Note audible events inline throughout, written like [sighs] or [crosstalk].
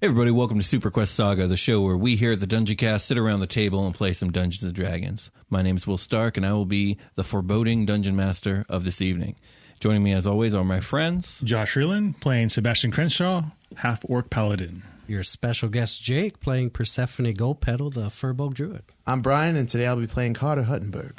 everybody, welcome to Super Quest Saga, the show where we here at the Dungeon Cast sit around the table and play some Dungeons and Dragons. My name is Will Stark, and I will be the foreboding dungeon master of this evening. Joining me, as always, are my friends. Josh Reeland playing Sebastian Crenshaw, half orc paladin. Your special guest Jake playing Persephone Goldpedal, the Furbolg Druid. I'm Brian, and today I'll be playing Carter Huttenberg,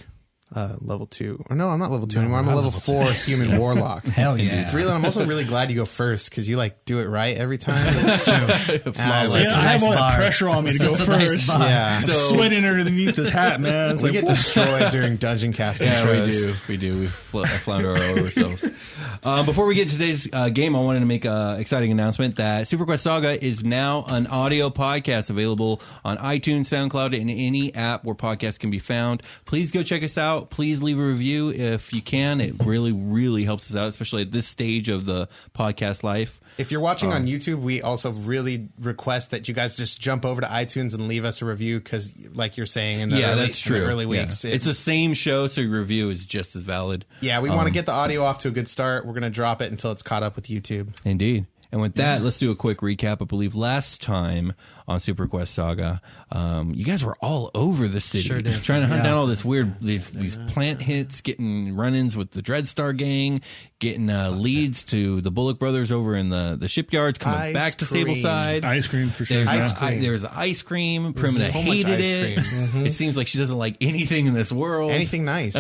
uh, level two. Or no, I'm not level two anymore. I'm a level, four [laughs] human [laughs] warlock. Hell yeah. And Freeland, I'm also really glad you go first because you like do it right [laughs] every time. Flawless. Yeah, That's a I have nice all that bar. pressure on me to go That's a nice first. bar. Yeah. I'm sweating underneath this hat, man. It's we like, get whoa. destroyed during dungeon casting. Yeah, we shows. do. We do. We fl- flounder all over ourselves. [laughs] Uh, before we get to today's uh, game, I wanted to make an exciting announcement that Super Quest Saga is now an audio podcast available on iTunes, SoundCloud, and any app where podcasts can be found. Please go check us out. Please leave a review if you can. It really, really helps us out, especially at this stage of the podcast life. If you're watching Um, on YouTube, we also really request that you guys just jump over to iTunes and leave us a review because, like you're saying, in the yeah, early, that's in the true. early Yeah. weeks, It's the same show, so your review is just as valid. yeah, we um, want to get the audio off to a good start. We're gonna drop it until it's caught up with YouTube. Indeed. And with that, let's do a quick recap. I believe last time on Super Quest Saga, um, you guys were all over the city, Sure did. trying to hunt Yeah. down all this weird these these plant hits, getting run-ins with the Dreadstar gang, getting uh, leads to the Bullock brothers over in the the shipyards, coming Ice back to cream. Sableside. Ice cream for sure. There's yeah. ice cream. there's ice cream. Primina so much hated ice it. cream. Mm-hmm. It seems like she doesn't like anything in this world. [laughs] Anything nice?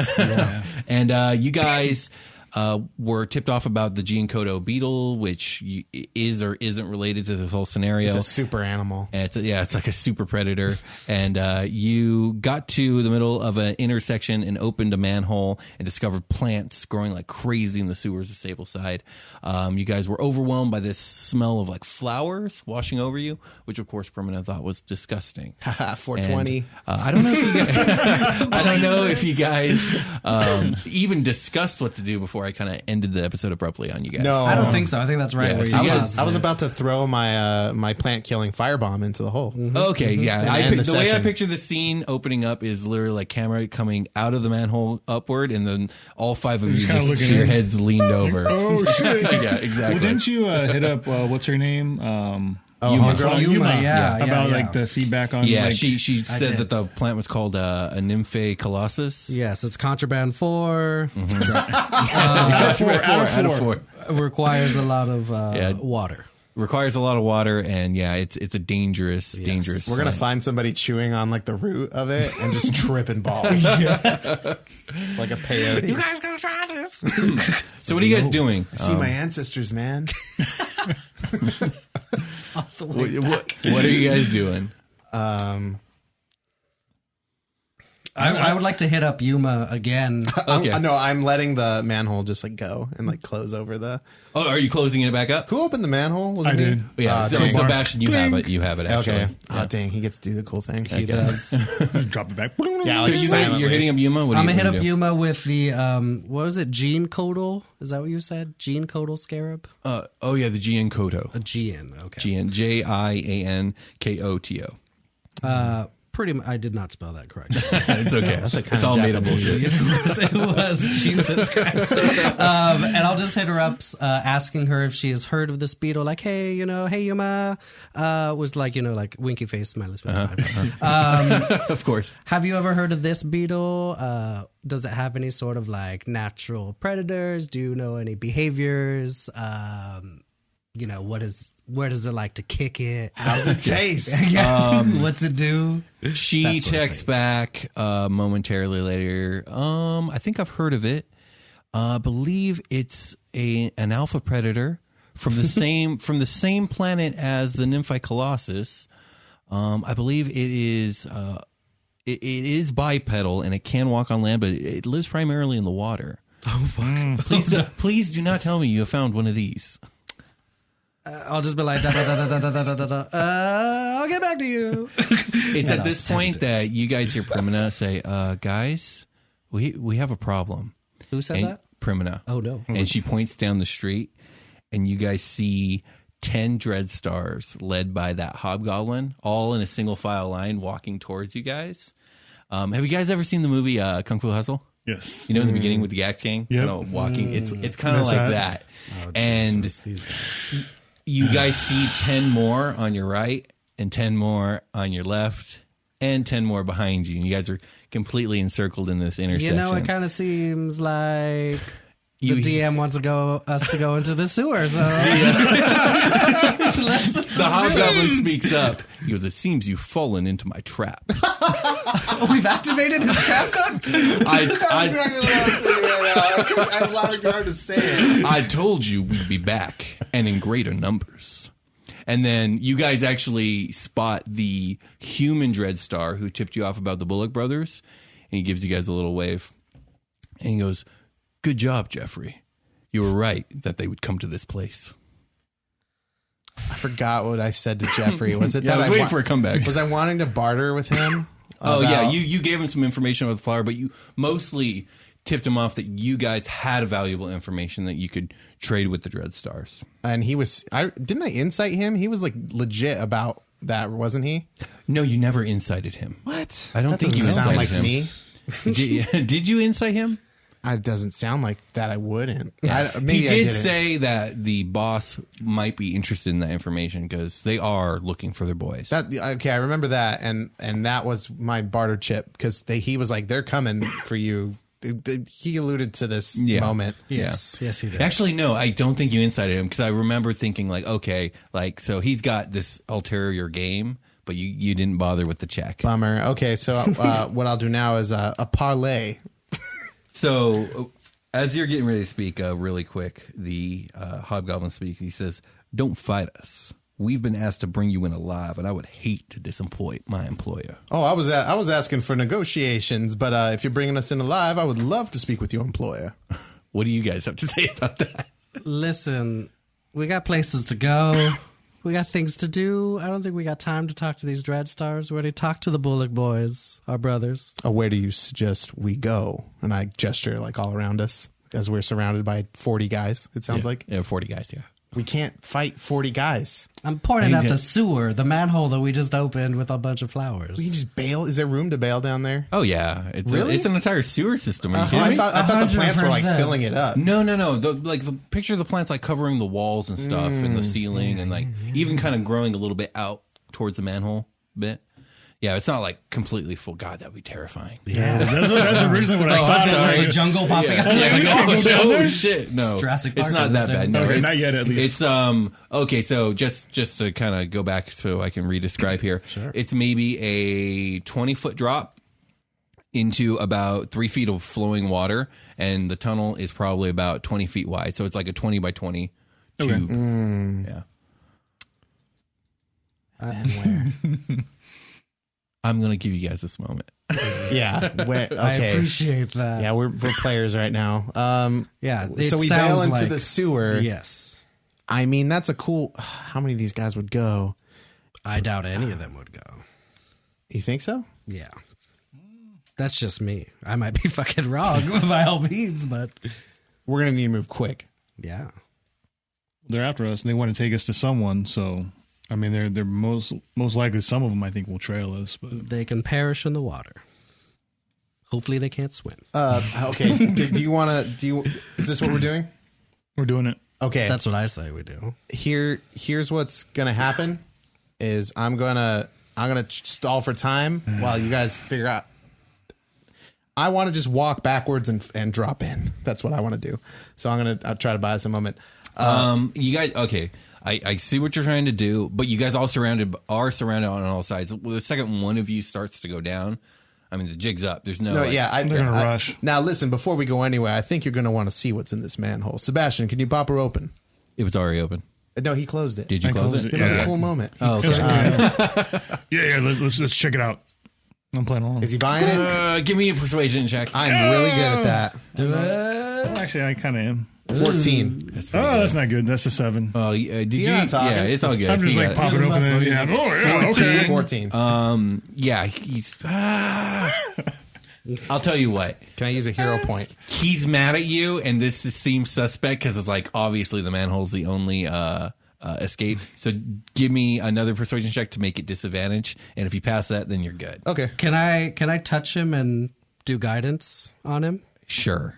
And uh, you guys uh, were tipped off about the Giancodo beetle, which you, is or isn't related to this whole scenario. It's a super animal. And it's yeah, it's like a super predator. And uh, you got to the middle of an intersection and opened a manhole and discovered plants growing like crazy in the sewers of Sableside. Um, you guys were overwhelmed by this smell of like flowers washing over you, which of course Permanent thought was disgusting. [laughs] Haha, And, 420. uh, I don't know if you [laughs] guys, I don't know if you guys um, even discussed what to do before I kind of ended the episode abruptly on you guys. No, I don't think so. I think that's right. Yeah, where so you I Yeah. was, I was about to throw my uh, my plant killing firebomb into the hole. Mm-hmm. Okay, yeah. I Mm-hmm. end pic- the the, way I session. picture the scene opening up is literally like camera coming out of the manhole upward, and then all five of you just kinda just looking your at it. heads leaned over. Oh shit! [laughs] Yeah, exactly. Well, didn't you uh, hit up uh, what's her name? Um, Oh, Yuma. homegirl? Yuma, yeah, yeah, about yeah. like the feedback on. Yeah, like, she she said did. that the plant was called uh, a nymphae colossus. Yes, it's contraband 4 out [laughs] of four, out of Out of four. four. [laughs] requires a lot of uh, Yeah. water. Requires a lot of water, and yeah, it's it's a dangerous, dangerous. We're gonna find somebody chewing on like the root of it and [laughs] just tripping balls, [laughs] like a peyote. You guys Um, gotta try this. So, what are you guys doing? See my ancestors, man. What, what, what are you guys doing? Um, I, I would like to hit up Yuma again. Okay. I'm- no, I'm letting the manhole just like go and like close over the. Oh, are you closing it back up? Who opened the manhole? Was I it me? did. Yeah, Ah, so dang. Sebastian, you have it. You have it. Actually. Okay. Oh dang, he gets to do the cool thing. He [laughs] does. Just drop it back. Yeah, So like you, silently. you're hitting up Yuma. What are I'm gonna you hit gonna up do? Yuma with the um, what was it? Gene Codal? Is that what you said? Gene Codal Scarab? Uh, oh yeah, the GN Koto. A GN. Okay. Gian J I A N K O T O. [laughs] Uh, pretty. mu- I did not spell that correctly. It's okay. it's of all made up Japanese. bullshit. it was. [laughs] It was. Jesus Christ. Um, and I'll just hit her up, uh, asking her if she has heard of this beetle. Like, hey, you know, hey, Yuma. Uh, was like, you know, like winky face, smiley face. [laughs] of course. Have you ever heard of this beetle? Uh, does it have any sort of like natural predators? Do you know any behaviors? Um, you know, what is where does it like to kick it? [laughs] How's it taste? What's it do? She texts back uh, momentarily later. Um, I think I've heard of it. Uh, I believe it's a an alpha predator from [laughs] the same from the same planet as the Nymphae colossus. Um, I believe it is uh, it, it is bipedal and it can walk on land, but it, it lives primarily in the water. [laughs] Oh fuck! Please, [laughs] please do not tell me you have found one of these. I'll just be like, da, da, da, da, da, da, da, da, da. Uh, I'll get back to you. It's And at I'll this send point it. that you guys hear Primina say, uh, "Guys, we we have a problem." Who said and that? Primina. Oh, no. And she points down the street, and you guys see ten dread stars led by that hobgoblin, all in a single file line, walking towards you guys. Um, have you guys ever seen the movie uh, Kung Fu Hustle? Yes. You know, in the beginning with the Gax Gang, Yep. Mm. kind of walking. It's it's kind of Oh, That's like that. that. and These guys. you guys see 10 more on your right and 10 more on your left and 10 more behind you. And you guys are completely encircled in this You intersection. know, it kind of seems like You- the DM wants to go us to go into the sewer. [laughs] So Let's- the hobgoblin speaks up. He goes, It seems you've fallen into my trap. we've activated his trap [laughs] card. I, I was laughing too hard to say it. I, I told you we'd be back and in greater numbers. And then you guys actually spot the human Dreadstar who tipped you off about the Bullock brothers. And he gives you guys a little wave. And he goes, Good job, Jeffrey. You were right that they would come to this place. I forgot what I said to Jeffrey. Was it Yeah, I was that waiting for a comeback. Was I wanting to barter with him? [laughs] Oh yeah, about- you you gave him some information about the flyer, but you mostly tipped him off that you guys had valuable information that you could trade with the Dread Stars. and he was. I didn't I incite him. He was like legit about that, wasn't he? No, you never incited him. What? I don't That think you doesn't sound incited like him. me. [laughs] [laughs] did, did you incite him? It doesn't sound like that. [laughs] I wouldn't. I, maybe He I did didn't. say that the boss might be interested in that information because they are looking for their boys. That okay, I remember that, and and that was my barter chip because he was like, "They're coming for you." Th- th- He alluded to this Yeah. moment. Yes. yes, he did. Actually, no, I don't think you incited him because I remember thinking like, okay, like so he's got this ulterior game, but you you didn't bother with the check. Bummer. Okay, so [laughs] uh, what I'll do now is uh, a parlay. So, uh, as you're getting ready to speak, uh, really quick, the uh, hobgoblin speaks. He says, "Don't fight us. We've been asked to bring you in alive, and I would hate to disappoint my employer." Oh, I was a- I was asking for negotiations, but uh, if you're bringing us in alive, I would love to speak with your employer. What do you guys have to [laughs] say about that? Listen, we got places to go. We got things to do. I don't think we got time to talk to these dread stars. We already talked to the Bullock boys, our brothers. Oh, where do you suggest we go? And I gesture like all around us as we're surrounded by 40 guys. It sounds like yeah, forty guys. Yeah. we can't fight 40 guys. I'm pointing at did- the sewer, the manhole that we just opened with a bunch of flowers. [laughs] We can just bail. Is there room to bail down there? Oh yeah, it's a- Really? it's an entire sewer system. Are you Oh, kidding I me? thought I thought the plants were like 100%. filling it up. No, no, no. The, like the picture of the plants, like covering the walls and stuff, and Mm, the ceiling, and like even kind of growing a little bit out towards the manhole bit. Yeah, it's not like completely full. God, that'd be terrifying. yeah. That's, what- that's originally what I thought. It's it just was. a jungle popping Yeah. up. It's like, Yeah. oh, oh, go down no, there? shit, no. It's Jurassic It's Park not on that this bad. thing. No, Okay, It's- not yet, at least. It's um okay. So just just to kind of go back so I can re-describe here. sure. It's maybe a twenty foot drop into about three feet of flowing water, and the tunnel is probably about twenty feet wide. So it's like a twenty by twenty Okay. tube. Hmm. Yeah. I'm gonna give you guys this moment. [laughs] Yeah. Where, okay. I appreciate that. yeah, we're we're players right now. Um, Yeah, it so we bail sounds into like- the sewer. Yes. I mean, that's a cool. [sighs] How many of these guys would go? I doubt any of them would go. You think so? Yeah. That's just me. I might be [laughs] fucking wrong by all means, but We're gonna need to move quick. yeah. They're after us, and they want to take us to someone. So, I mean, they're they're most most likely some of them I think will trail us. But They can perish in the water. Hopefully they can't swim. Uh, okay. [laughs] do, do you want to? Do you? Is this what we're doing? we're doing it. Okay. That's what I say we do. here. Here's what's gonna happen. Is I'm gonna I'm gonna ch- stall for time while you guys figure out. I want to just walk backwards and and drop in. That's what I want to do. So I'm gonna I'll try to buy us a moment. Uh-huh. Um, you guys, okay. I, I see what you're trying to do, but you guys all surrounded are surrounded on all sides. Well, the second one of you starts to go down, I mean the jig's up. There's no, No, like- yeah, I, They're gonna I- rush. Now, listen, before we go anywhere, I think you're gonna want to see what's in this manhole. Sebastian, can you pop her open? It was already open. Uh, No, he closed it. Did you I close closed it? it. It was Yeah. a cool moment. Oh. Yeah, yeah. Let's let's, let's check it out. I'm playing along. Is he buying it? Uh, give me a persuasion check. I'm really good at that. Actually, I kind of am. Mm. Fourteen. Oh, that's not good. That's a seven. Oh, y- uh, did you? not talking. Yeah, it's all good. I'm just He like got it. popping open. Muscle, And, he's yeah. Oh, yeah. Okay. Fourteen. Uh, Um, Yeah, he's. [laughs] Ah. I'll tell you what. Can I use a hero point? He's mad at you, and this seems suspect because it's like obviously the manhole's the only uh, uh, escape. So give me another persuasion check to make it disadvantage, and if you pass that, then you're good. Okay. Can I can I touch him and do guidance on him? Sure.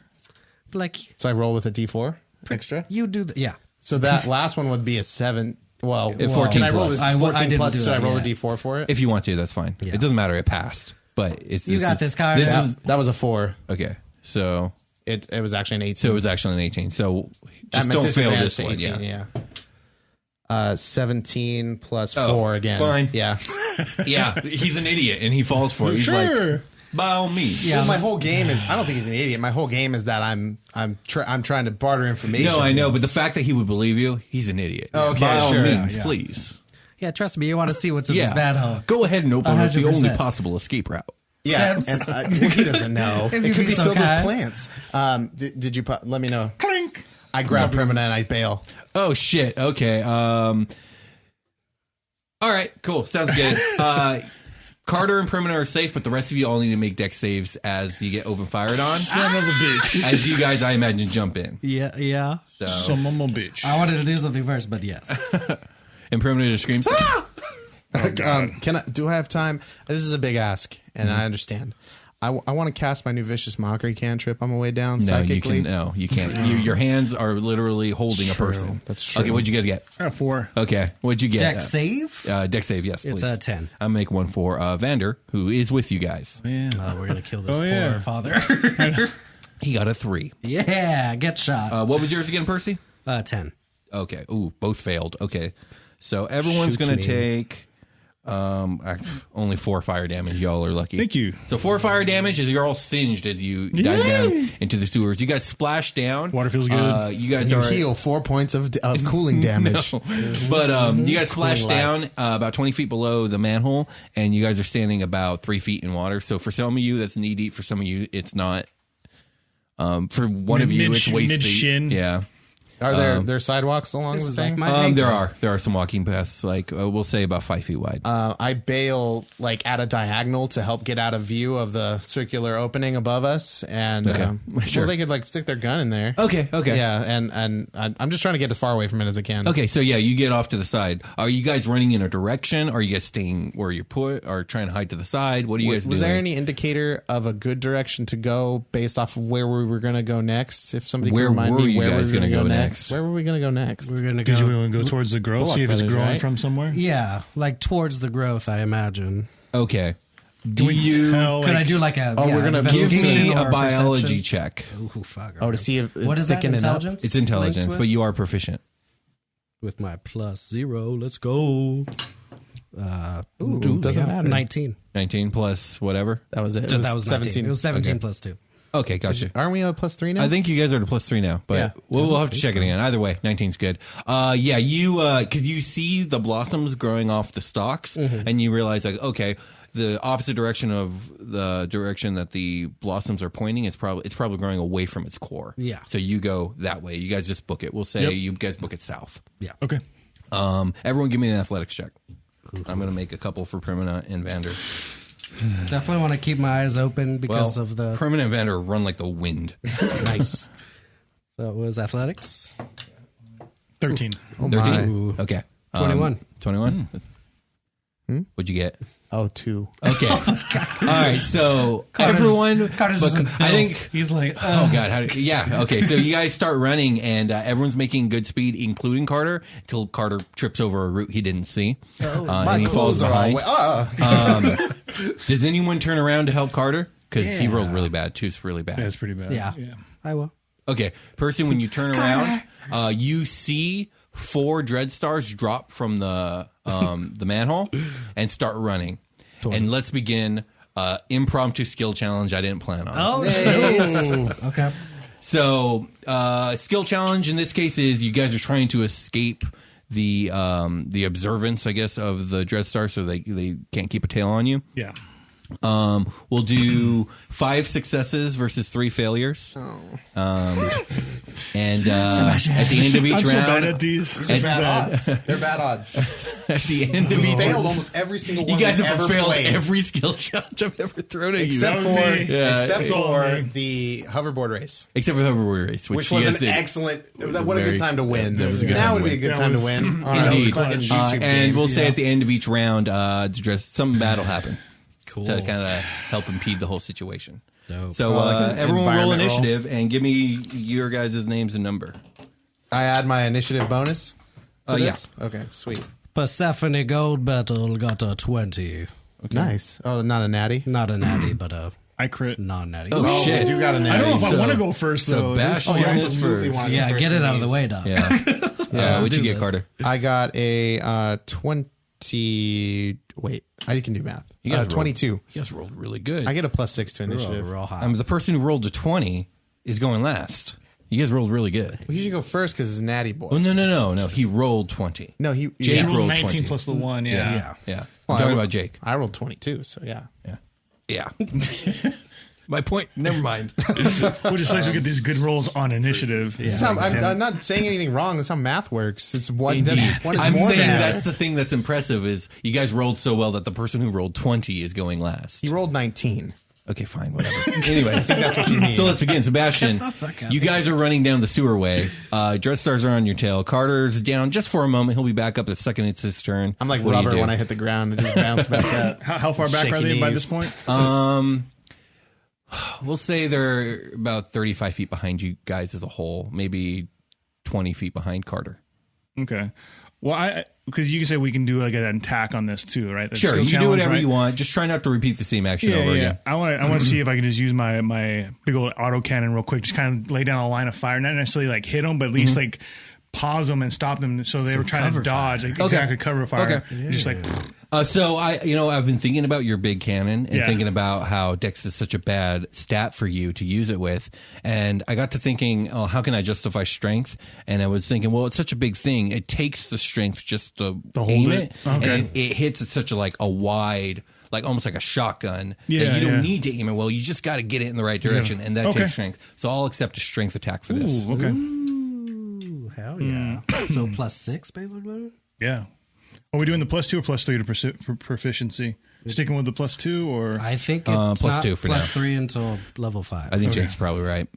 Like So I roll with a D four extra. you do the yeah. So [laughs] that last one would be a seven. Well, At 14 can 14 I roll plus. this I w- I 14 didn't plus? do Should I that, roll yeah. a d4 for it? If you want to, that's fine. Yeah. It doesn't matter. It passed. But it's You this got is- this, Kyra. This Yeah, is that was a four. okay. So It it was actually an 18. so it was actually an eighteen. So I just don't meant fail disadvantage this to one. Yeah. 18, yeah. Uh, 17 plus Oh, four again. fine. Yeah. [laughs] yeah, he's an idiot and he falls for it. He's like, by all means. Yeah. Well, my whole game is. I don't think he's an idiot. My whole game is that I'm I'm try I'm trying to barter information. No, I know, but the fact that he would believe you, he's an idiot. Okay, by all sure. means, Yeah, yeah. please. Yeah, trust me, you want to see what's in Yeah, this bad hole. go ahead and open up the only 100%. possible escape route. Yeah, Sam's- and I, well, he [laughs] doesn't know. If it you could be be so filled kind. with plants. Um, did, did you pu- let me know? Clink. I grab permanent and I bail. [laughs] Oh shit. Okay. Um. All right. Cool. Sounds good. uh, Carter and Perimeter are safe, but the rest of you all need to make deck saves as you get open fired on. Son of a bitch. as you guys, I imagine, jump in. Yeah, yeah. So, Son of a bitch. I wanted to do something first, but yes. and Perimeter just screams. "Ah!" um, can I? Do I have time? This is a big ask, and Mm-hmm. I understand. I, want to cast my new vicious mockery cantrip on my way down No, you psychically. can. uh, No, you can't. You, your hands are literally holding True. a person. That's Okay. true. What'd you guys get? I got four. Okay. What'd you get? Deck Uh, save? Uh, deck save, yes, please. It's a 10. I'll make one for uh, Vander, who is with you guys. Yeah. Oh, we're going to kill this Oh, poor yeah. father. [laughs] He got a three. yeah, get shot. Uh, what was yours again, Percy? Uh, 10. Okay. Ooh, both failed. Okay. So everyone's Shoot going me. to take um, I- only four fire damage. Y'all are lucky. Thank you. So four fire damage as you're all singed as you dive down into the sewers. You guys splash down. Water feels good. Uh, you guys You are heal four points of, d- [laughs] of cooling damage. But um, you guys splash life. down uh, about 20 feet below the manhole, and you guys are standing about three feet in water. So for some of you, that's knee deep. For some of you, it's not. Um, for one of you, Mid- it's waist deep. mid-shin. Yeah. Are there there sidewalks along This the is thing? like my Um, ankle. there are there are some walking paths, like uh, we'll say about five feet wide. uh, I bail like at a diagonal to help get out of view of the circular opening above us, and Okay. um, [laughs] Sure. well, they could like stick their gun in there. okay. Okay. Yeah, and and I- I'm just trying to get as far away from it as I can. Okay, so yeah, you get off to the side. Are you guys running in a direction? Are you guys staying where you're put? Or trying to hide to the side? What are you guys Was doing? there any indicator of a good direction to go based off of where we were going to go next? If somebody Where could remind were me you where guys we were going gonna to go, go next? next? where were we going to go next? We're going to Did you go. want to go towards the growth, Bullock see if it's Brothers, growing right? from somewhere? Yeah, like towards the growth, I imagine. okay, do Can you tell, Could I like, do like a. Oh, yeah, we're gonna give give investigation me a or biology perception? check? Ooh, fuck. Oh, to see if it's What is that? thickening up? Intelligence? It's intelligence, linked but with? you are proficient. With my plus zero, let's go. Uh, Ooh, ooh, doesn't matter. 19. 19 plus whatever. That was it. So it was that was 17. 19. It was 17 plus 2. Okay, gotcha. Aren't we at a plus three now? I think you guys are at a plus three now, but Yeah. we'll, we'll have to check it again. Either way, 19's good. Uh, yeah, you, uh, cause you see the blossoms growing off the stalks Mm-hmm. and you realize like, okay, the opposite direction of the direction that the blossoms are pointing is probably, it's probably growing away from its core. Yeah. So you go that way. You guys just book it. We'll say Yep. you guys book it south. Okay. Um, everyone give me an athletics check. I'm going to make a couple for Permanent and Vander. Definitely want to keep my eyes open because of the. Permanent Vander run like the wind. nice. That was athletics. 13. Oh, my. 13? Okay. Um, 21. 21? Hmm. What'd you [laughs] get? Oh, two. Okay. Oh, All right. [laughs] So Carter's- everyone. Carter's but just in I filth. think. he's like, uh, Oh God! How do, yeah. Okay. So you guys start running, and uh, everyone's making good speed, including Carter, until Carter trips over a root he didn't see, Oh, uh, and he falls behind. all oh, wet. Does anyone turn around to help Carter? Because he rolled really bad. Two's really bad. That's pretty bad. yeah, I will. Okay, person, when you turn around, uh, you see four dread stars drop from the um, [laughs] the manhole and start running. And let's begin uh, impromptu skill challenge. I didn't plan on. Oh, jeez. okay. So, uh, skill challenge in this case is you guys are trying to escape the um, the observance, I guess, of the dread star, so they they can't keep a tail on you. Yeah. Um, we'll do five successes versus three failures. Oh. Um, [laughs] and uh, at the end of each round, I'm so bad at these. at, Bad [laughs] odds. They're bad odds. at [laughs] the end of each, failed almost every single one. you guys we've have ever failed played, every skill [laughs] challenge I've ever thrown at except you, That for was me. Yeah. except It's all for me. the hoverboard race, except for the Rubber race, which, which you was guys an did. excellent. What a Very- good time to win. that was a good time Now would to be a good win. time to That was- win. Indeed. That was a fucking Uh, YouTube and game. we'll say at the end of each round, uh, to dress, some battle happen cool. to kind of help impede the whole situation. So Oh, uh, like an everyone roll environment roll? initiative and give me your guys' names and number. I add my initiative bonus. To Uh, yeah. this? Okay. Sweet. Persephone Gold Battle got a 20. Nice. Oh, not a natty. Not a natty, but a I crit. non natty. Oh, shit! You got a I natty. don't know if So- I want to go first so though. Bash- Oh, yeah, I I just- absolutely wanna go yeah, first get it for out of the these. way, Doc. Yeah, yeah. Uh, What'd you do get, this. Carter? I got a uh, twenty. Wait, I can do math. You guys uh, rolled- twenty-two. You guys rolled really good. I get a plus six to initiative. Real high. I mean, um, the person who rolled a twenty is going last. You guys rolled really good. We usually go first because it's natty Oh boy. no no no no! He rolled twenty. No, he. Jake yeah. I rolled rolled 19 20. plus the one. Yeah. yeah. yeah. I'm Well, talking I- about Jake. I rolled twenty-two. So yeah. Yeah, yeah. [laughs] My point. Never mind. Which is nice to get these good rolls on initiative. It's not, I'm, I'm not saying anything wrong. That's how math works. It's one. Indeed. That's, one is [laughs] I'm more saying than that's the thing that's impressive is you guys rolled so well that the person who rolled 20 is going last. He rolled nineteen. Okay, fine, whatever. [laughs] Anyways, That's what you mean. so let's begin. Sebastian, you guys are running down the sewerway. Uh, Dreadstars are on your tail. Carter's down just for a moment. He'll be back up the second it's his turn. I'm like What do you rubber do? when I hit the ground and just bounce back [laughs] up. How, how far back Shaky are they by knees. this point? We'll say they're about 35 feet behind you guys as a whole, maybe 20 feet behind Carter. Okay. Well, I because you can say we can do like an attack on this too, right? That's Sure, skill you can do challenge, whatever right? you want. Just try not to repeat the same action Yeah, over yeah. again. I want to. I want to see if I can just use my my big old auto cannon real quick. Just kind of lay down a line of fire, not necessarily like hit them, but at least Mm-hmm. like pause them and stop them. So they were trying to dodge, like exactly cover fire. Just like Uh, so I, you know, I've been thinking about your big cannon and Yeah. thinking about how Dex is such a bad stat for you to use it with, and I got to thinking, oh, how can I justify strength? And I was thinking, well, it's such a big thing; it takes the strength just to, hold aim it? it, Okay. and it, it hits at such a like a wide, like almost like a shotgun. that Yeah, you don't yeah. need to aim it well; you just got to get it in the right direction, and that Okay. takes strength. So I'll accept a strength attack for this. Ooh, okay, Ooh, hell yeah. so plus six, basically? yeah. Are we doing the plus two or plus three to persi- for proficiency? Sticking with the plus two or I think it's Uh, plus not two for plus now. three until level five. I think Jake's probably right.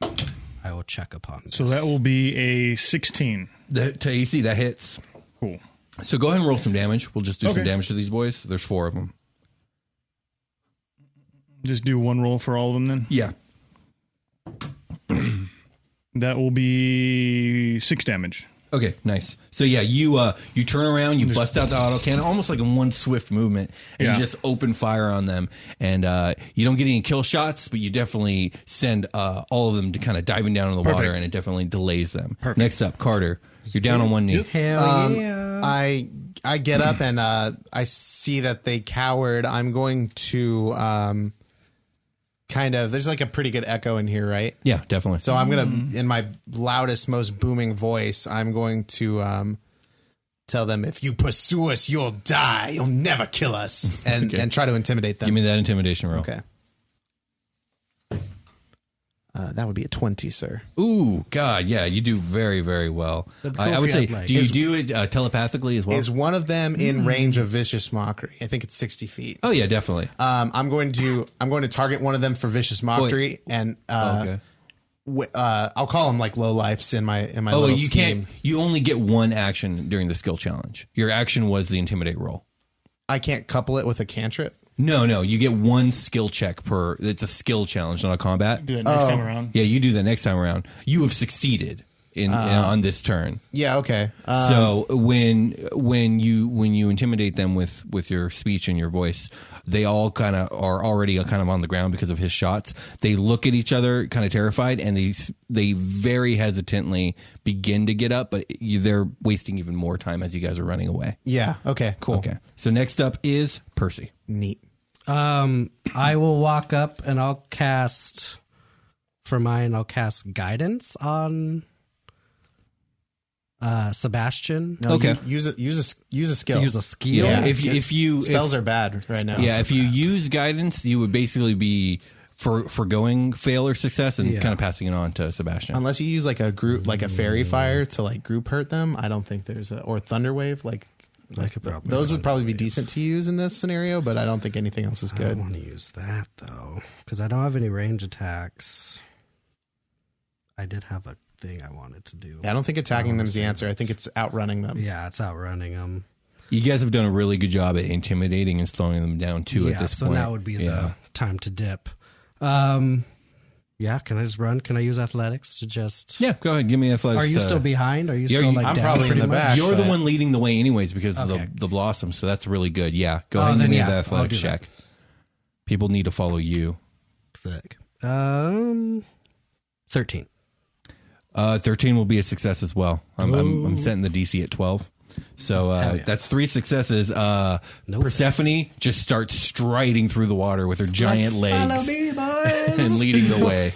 I will check upon this. so that will be a sixteen. The, to AC, that hits. Cool. So go ahead and roll some damage. We'll just do some Okay. damage to these boys. There's four of them. Just do one roll for all of them then. Yeah. That will be six damage. Okay, nice. So yeah, you uh you turn around, you bust out the autocannon almost like in one swift movement, and Yeah. you just open fire on them. And uh you don't get any kill shots, but you definitely send uh all of them to kind of diving down in the water Perfect. and it definitely delays them. Next up, Carter. You're down on one knee. Hell Um, yeah. I I get up and uh, I see that they cowered. I'm going to um, kind of. There's like a pretty good echo in here, right? Yeah, definitely. So I'm gonna, Mm. in my loudest, most booming voice, I'm going to um, tell them, "If you pursue us, you'll die. You'll never kill [laughs] us," and Okay. and try to intimidate them. give me that intimidation roll. okay. Uh, that would be a twenty, sir. Ooh, God, yeah, you do very, very well. I, I would if say, you had, like- do you do it uh, telepathically as well? Is one of them Hmm. in range of vicious mockery? I think it's sixty feet. oh yeah, definitely. Um, I'm going to I'm going to target one of them for vicious mockery, and uh, Oh, okay. w- uh, I'll call them like low lifes in my in my. Oh, little wait, you scheme. can't. You only get one action during the skill challenge. Your action was the intimidate roll. I can't couple it with a cantrip. No, no, you get one skill check per. It's a skill challenge, not a combat. Do that next time around. Yeah, you do that next time around. You have succeeded in, Uh-huh. on this turn. Yeah, okay. Uh, so when when you when you intimidate them with with your speech and your voice, they all kind of are already kind of on the ground because of his shots. They look at each other, kind of terrified, and they s- they very hesitantly begin to get up, but you, they're wasting even more time as you guys are running away. yeah, okay, cool, Okay, so next up is Percy. neat. Um, I will walk up and I'll cast for mine. I'll cast guidance on uh Sebastian. No, Okay. you- use a use a s- use a skill. Use a skill. Yeah. If you- if you Spells if, are bad right now. yeah, if you use guidance, you would basically be for forgoing fail or success and Yeah. kind of passing it on to Sebastian. unless you use like a group like a Mm. fairy fire to like group hurt them, I don't think there's a or thunder wave like. I could probably. Those would probably be decent to use in this scenario, but I don't think anything else is I don't good. want to use that though, because I don't have any range attacks. I did have a thing I wanted to do. I don't think attacking them is the answer. I think it's outrunning them. Oh, Yeah, it's outrunning them. You guys have done a really good job at intimidating and slowing them down too. yeah, at this so point, now would be Yeah. the time to dip. Um, Yeah, can I just run? Can I use athletics to just? Yeah, go ahead. Give me athletics. Are you uh, still behind? Are you yeah, still you- like? I'm down probably in pretty the much? back. You're the but- one leading the way, anyways, because of Okay. the the blossom. So that's really good. Yeah, go Oh, ahead and then give me yeah, the I'll athletic do that. check. People need to follow you. Fuck. Um, thirteen. Uh, Thirteen will be a success as well. I'm I'm, I'm setting the DC at twelve, so uh, that's three successes. Uh, No Persephone just starts striding through the water with her giant Follow legs me, boys. [laughs] and leading the way.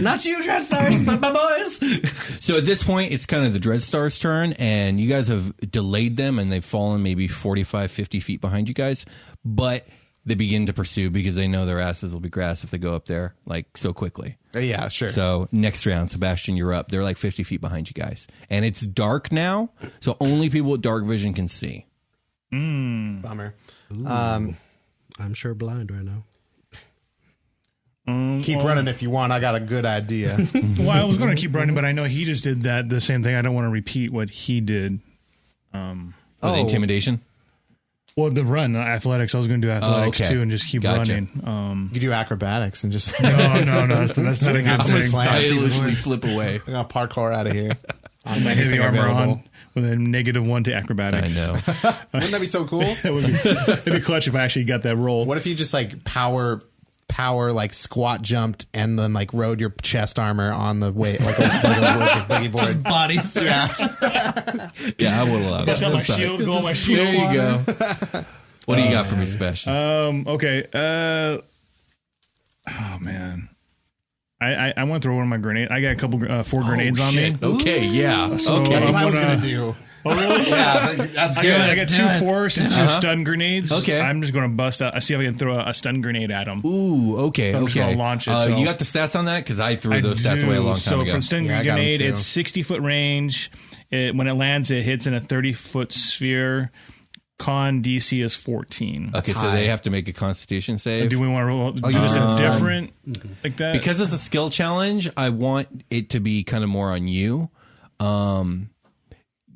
Not you, Dreadstars, but my [laughs] boys. So at this point, it's kind of the Dreadstar's turn, and you guys have delayed them, and they've fallen maybe 45, 50 feet behind you guys. But they begin to pursue because they know their asses will be grass if they go up there like so quickly. Uh, yeah, sure. So next round, Sebastian, you're up. They're like 50 feet behind you guys, and it's dark now, so only people with dark vision can see. Bummer. Um, I'm sure blind right now. keep running if you want. I got a [laughs] good idea. [laughs] Well, I was going to keep running, but I know he just did that the same thing. I don't want to repeat what he did. With Oh. intimidation, Well, the run not athletics. I was going to do athletics Oh, okay. too, and just keep Gotcha. running. Um, [laughs] you could do acrobatics and just [laughs] no, no, no, that's, that's not a good I'm gonna thing. slap That's stylishly slip away. I got parkour out of here. On my heavy armor on with a negative one to I acrobatics. [laughs] know. Wouldn't that be so cool? That would be, that'd be clutch if I actually got that roll. What if you just like power, power like squat jumped and then like rode your chest armor on the way like a, like a, [laughs] like a boogie board? Bodies. yeah, Yeah, I would allow that. That's not my That's all right. shield goal, my shield There you go. What do you got for me, Sebastian? Um. Okay. Uh. Oh man. I I, I want to throw one of my grenades. I got a couple uh, four grenades Oh, on shit. me. Okay, yeah. that's okay. what I was I'm gonna- gonna do. Oh really? [laughs] Yeah, that's I got, I good. got two force and two stun grenades. Uh-huh. Okay. I'm just gonna bust out. I see if I can throw a, a stun grenade at him. Ooh, okay, I'm just okay. gonna launch it, Uh, so- You got the stats on that because I threw I those stats do. away a long time so ago. from stun Yeah, I got 'em grenade, too. it's 60 foot range. It, when it lands, it hits in a 30 foot sphere. Con DC is 14. okay, so they have to make a Oh, Constitution save. do we want to roll? Do you this just in did. different like that? because it's a skill challenge, I want it to be kind of more on you. Um,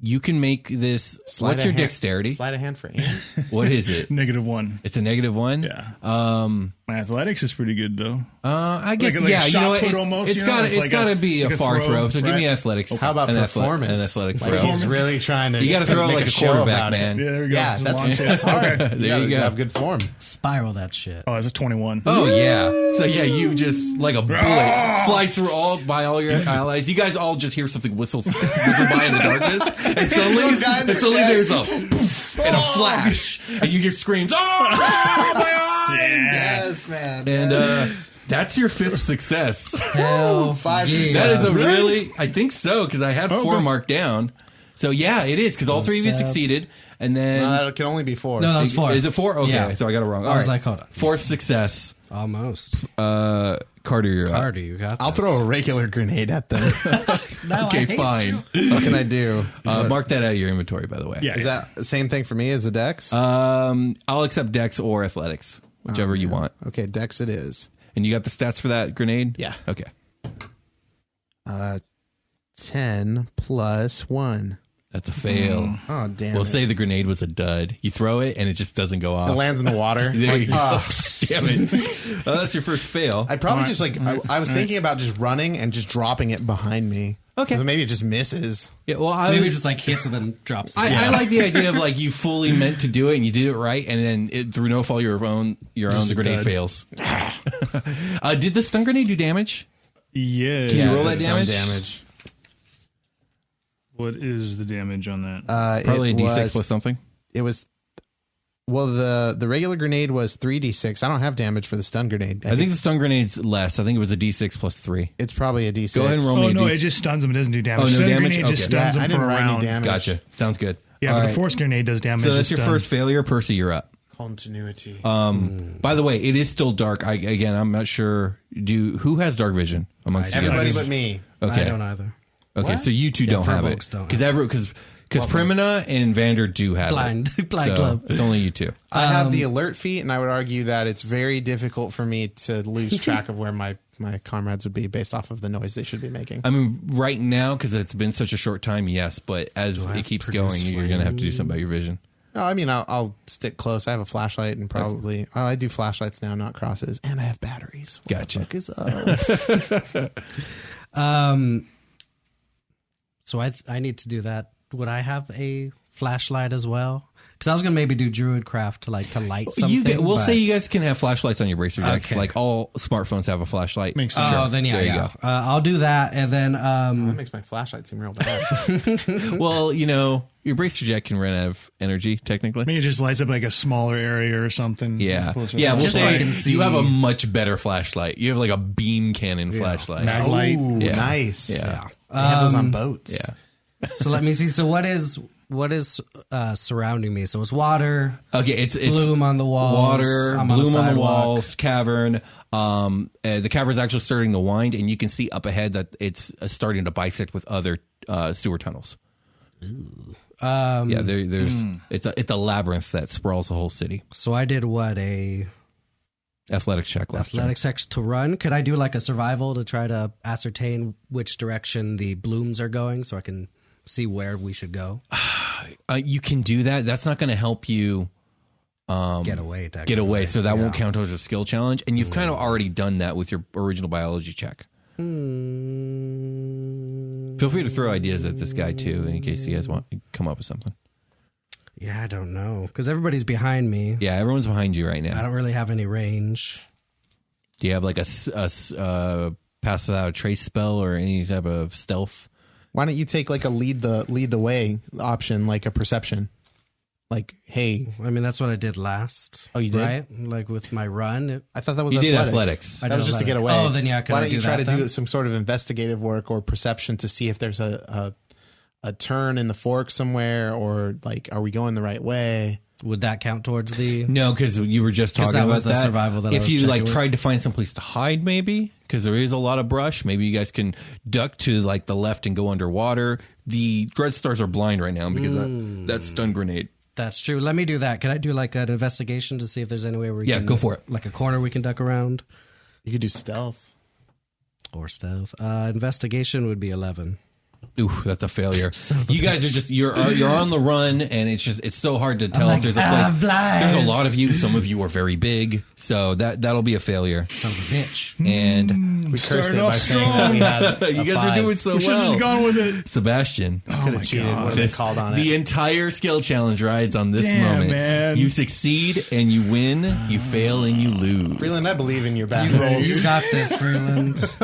you can make this. what's a your hand- dexterity? Slide a hand for aim. What is [laughs] it? negative one. It's a negative one. Yeah. Um. My athletics is pretty good though. Uh. I guess. like a yeah. You shot know what? put It's, almost, it's you know? got. to It's It's like got a- to be a like a far throw, throw. So give me right? athletics. How about an athle- performance? an athletic like throw. he's really trying to. You got to throw make like a show quarterback, about it. man. Yeah, there we go. Yeah, Just that's launch [laughs] it. that's hard. There you gotta go. Have good form. Spiral that shit. Oh, that's a 21. Oh yeah. So yeah, you just like a bullet Ah! flies through all by all your allies. You guys all just hear something whistle whistle by in the darkness, and suddenly, Some guy in and the suddenly chest. Ah! there's a poof and a flash, and you hear screams. Oh my eyes! Yes, man. And uh, that's your fifth success. Hell, Five, yeah. six, That is a Really? Oh, really, I think so, because I had four good. marked down. So yeah, it is because all three of you Seven. succeeded, and then Uh, it can only be four. No, that was Is- four. Is it four? Okay, Yeah. so I got it wrong. All I was right. like, hold on. Fourth success. Almost. Uh, Carter, you're up. Harder, you got. I'll this. throw a regular grenade [laughs] at them. No, Oh, I Okay, hate fine. what can I do? Uh, mark that out of your inventory, by the way. Yeah. Is that the same thing for me as the Dex? Um, I'll accept Dex or Athletics, Oh, whichever you want. okay, Dex it is. And you got the stats for that grenade? Yeah. Okay. Uh, ten plus one. That's a fail. Oh damn! We'll it. say the grenade was a dud. You throw it and it just doesn't go it off. lands in the water. There Like, you go. oh, [laughs] Damn it. well, that's your first fail. I'd probably just like I, I was thinking about just running and just dropping it behind me. Okay. So maybe it just misses. yeah, well, I, Maybe it just like hits and then drops. I, it. I like the idea of like you fully meant to do it and you did it right, and then it, through no fault of your own, your own, the grenade dud. fails. [laughs] uh, did the stun grenade do damage? yeah. Can you roll it that did some damage? damage. What is the damage on that? Uh, Probably a it d6 was, plus something. It was. Well, the the regular grenade was three d six. I don't have damage for the stun grenade. I I, think think the stun grenade's less. I think it was a d6 plus three. it's probably a d six. Go ahead and roll oh, me a no, d6. it just stuns him. It doesn't do damage. Oh, no Stun damage? grenade Okay. just Yeah, stuns I him didn't for a write any round. damage. Gotcha. Sounds good. Yeah, All but right. the force grenade does damage. So It's that's your just stun. first failure, Percy. You're up. Continuity. Um, By the way, it is still dark. I, again, I'm not sure. Do who has dark vision amongst you? Everybody guys? but me. Okay, I don't either. okay. So you two don't have it Verbox don't because every because because Primina and Vander do have Blind- it. blind So club. It's only you two. I have the Um, alert feat, and I would argue that it's very difficult for me [laughs] to lose track of where my my comrades would be based off of the noise they should be making. I mean, right now because it's been such a short time, yes. But as it keeps going, you're gonna have to do something about your vision. No, I mean I'll, I'll stick close. I have a flashlight and probably oh, I do flashlights now, not crosses, and I have batteries. What Gotcha. The fuck is [laughs] up? Um, so I I need to do that. Would I have a flashlight as well? Because I was gonna maybe do druidcraft to like to light something. You get, we'll but- say you guys can have flashlights on your bracer decks. Okay. Like all smartphones have a flashlight. Makes sense. Oh, then yeah, There you yeah. Uh, I'll do that, and then [laughs] um, that makes my flashlight seem real bad. well, you know, your bracer jack can run out of energy technically. I mean, it just lights up like a smaller area or something. as Yeah, opposed to- yeah. We'll Just so I say can see- you have a much better flashlight. You have like a beam cannon flashlight. Mag light. Ooh, Yeah. Oh, nice. Yeah. Um, They have those on boats. Yeah. so let me see. So what is what is uh, surrounding me? So it's water, Okay, it's it's Bloom on the walls, water, I'm on the bloom on the sidewalk. walls, cavern. Um, uh, the cavern's actually starting to wind, and you can see up ahead that it's uh, starting to bisect with other uh, sewer tunnels. Um, Hmm. yeah, there, there's it's a it's a labyrinth that sprawls the whole city. So I did what a Athletics check left. athletic sex to run. Could I do like a survival to try to ascertain which direction the blooms are going, so I can see where we should go? Uh, you can do that. That's not going to help you get away, Um, get away, so that won't count as a skill challenge. And you've kind of already done that with your original biology check. Hmm. Feel free to throw ideas at this guy too, in case you guys want to come up with something. Yeah, I don't know because everybody's behind me. Yeah, everyone's behind you right now. I don't really have any range. Do you have like a, s- a s- uh, pass without a trace spell or any type of stealth? Why don't you take like a lead the lead the way option, like a perception? Like, hey, I mean, that's what I did last. Oh, you did? right? Like with my run. It, I thought that was You did athletics. athletics. I That did was just to get away. athletics. Oh, then yeah, can Why I don't you do try that to do then? some sort of investigative work or perception to see if there's a, a a turn in the fork somewhere, or like, are we going the right way? would that count towards [laughs] the? No, because you were just 'Cause talking that about was the that. survival that I if was you checking like with. tried to find some place to hide, maybe because there is a lot of brush. Maybe you guys can duck to like the left and go underwater. The dread stars are blind right now because Hmm. that, that stun grenade. That's true. Let me do that. Can I do like an investigation to see if there's any way we Yeah, can go for it. Like a corner we can duck around You could do stealth. or stuff. Uh, investigation would be eleven. Oof, that's a failure. [laughs] you guys are just you're uh, you're on the run, and it's just it's so hard to tell like, if there's a "Ah, place. blind." There's a lot of you. Some of you are very big, so that that'll be a failure. Son of [laughs] a bitch. And Hmm. We cursed Started it by off saying that we had. you guys are doing so We should have well. just gone with it. Sebastian. Oh, Could have cheated. Would have been This- called on the it. entire skill challenge rides on this Damn, moment. man. You succeed and you win, you fail and you lose. Freeland, I believe in your back You rolls. got this, Freeland.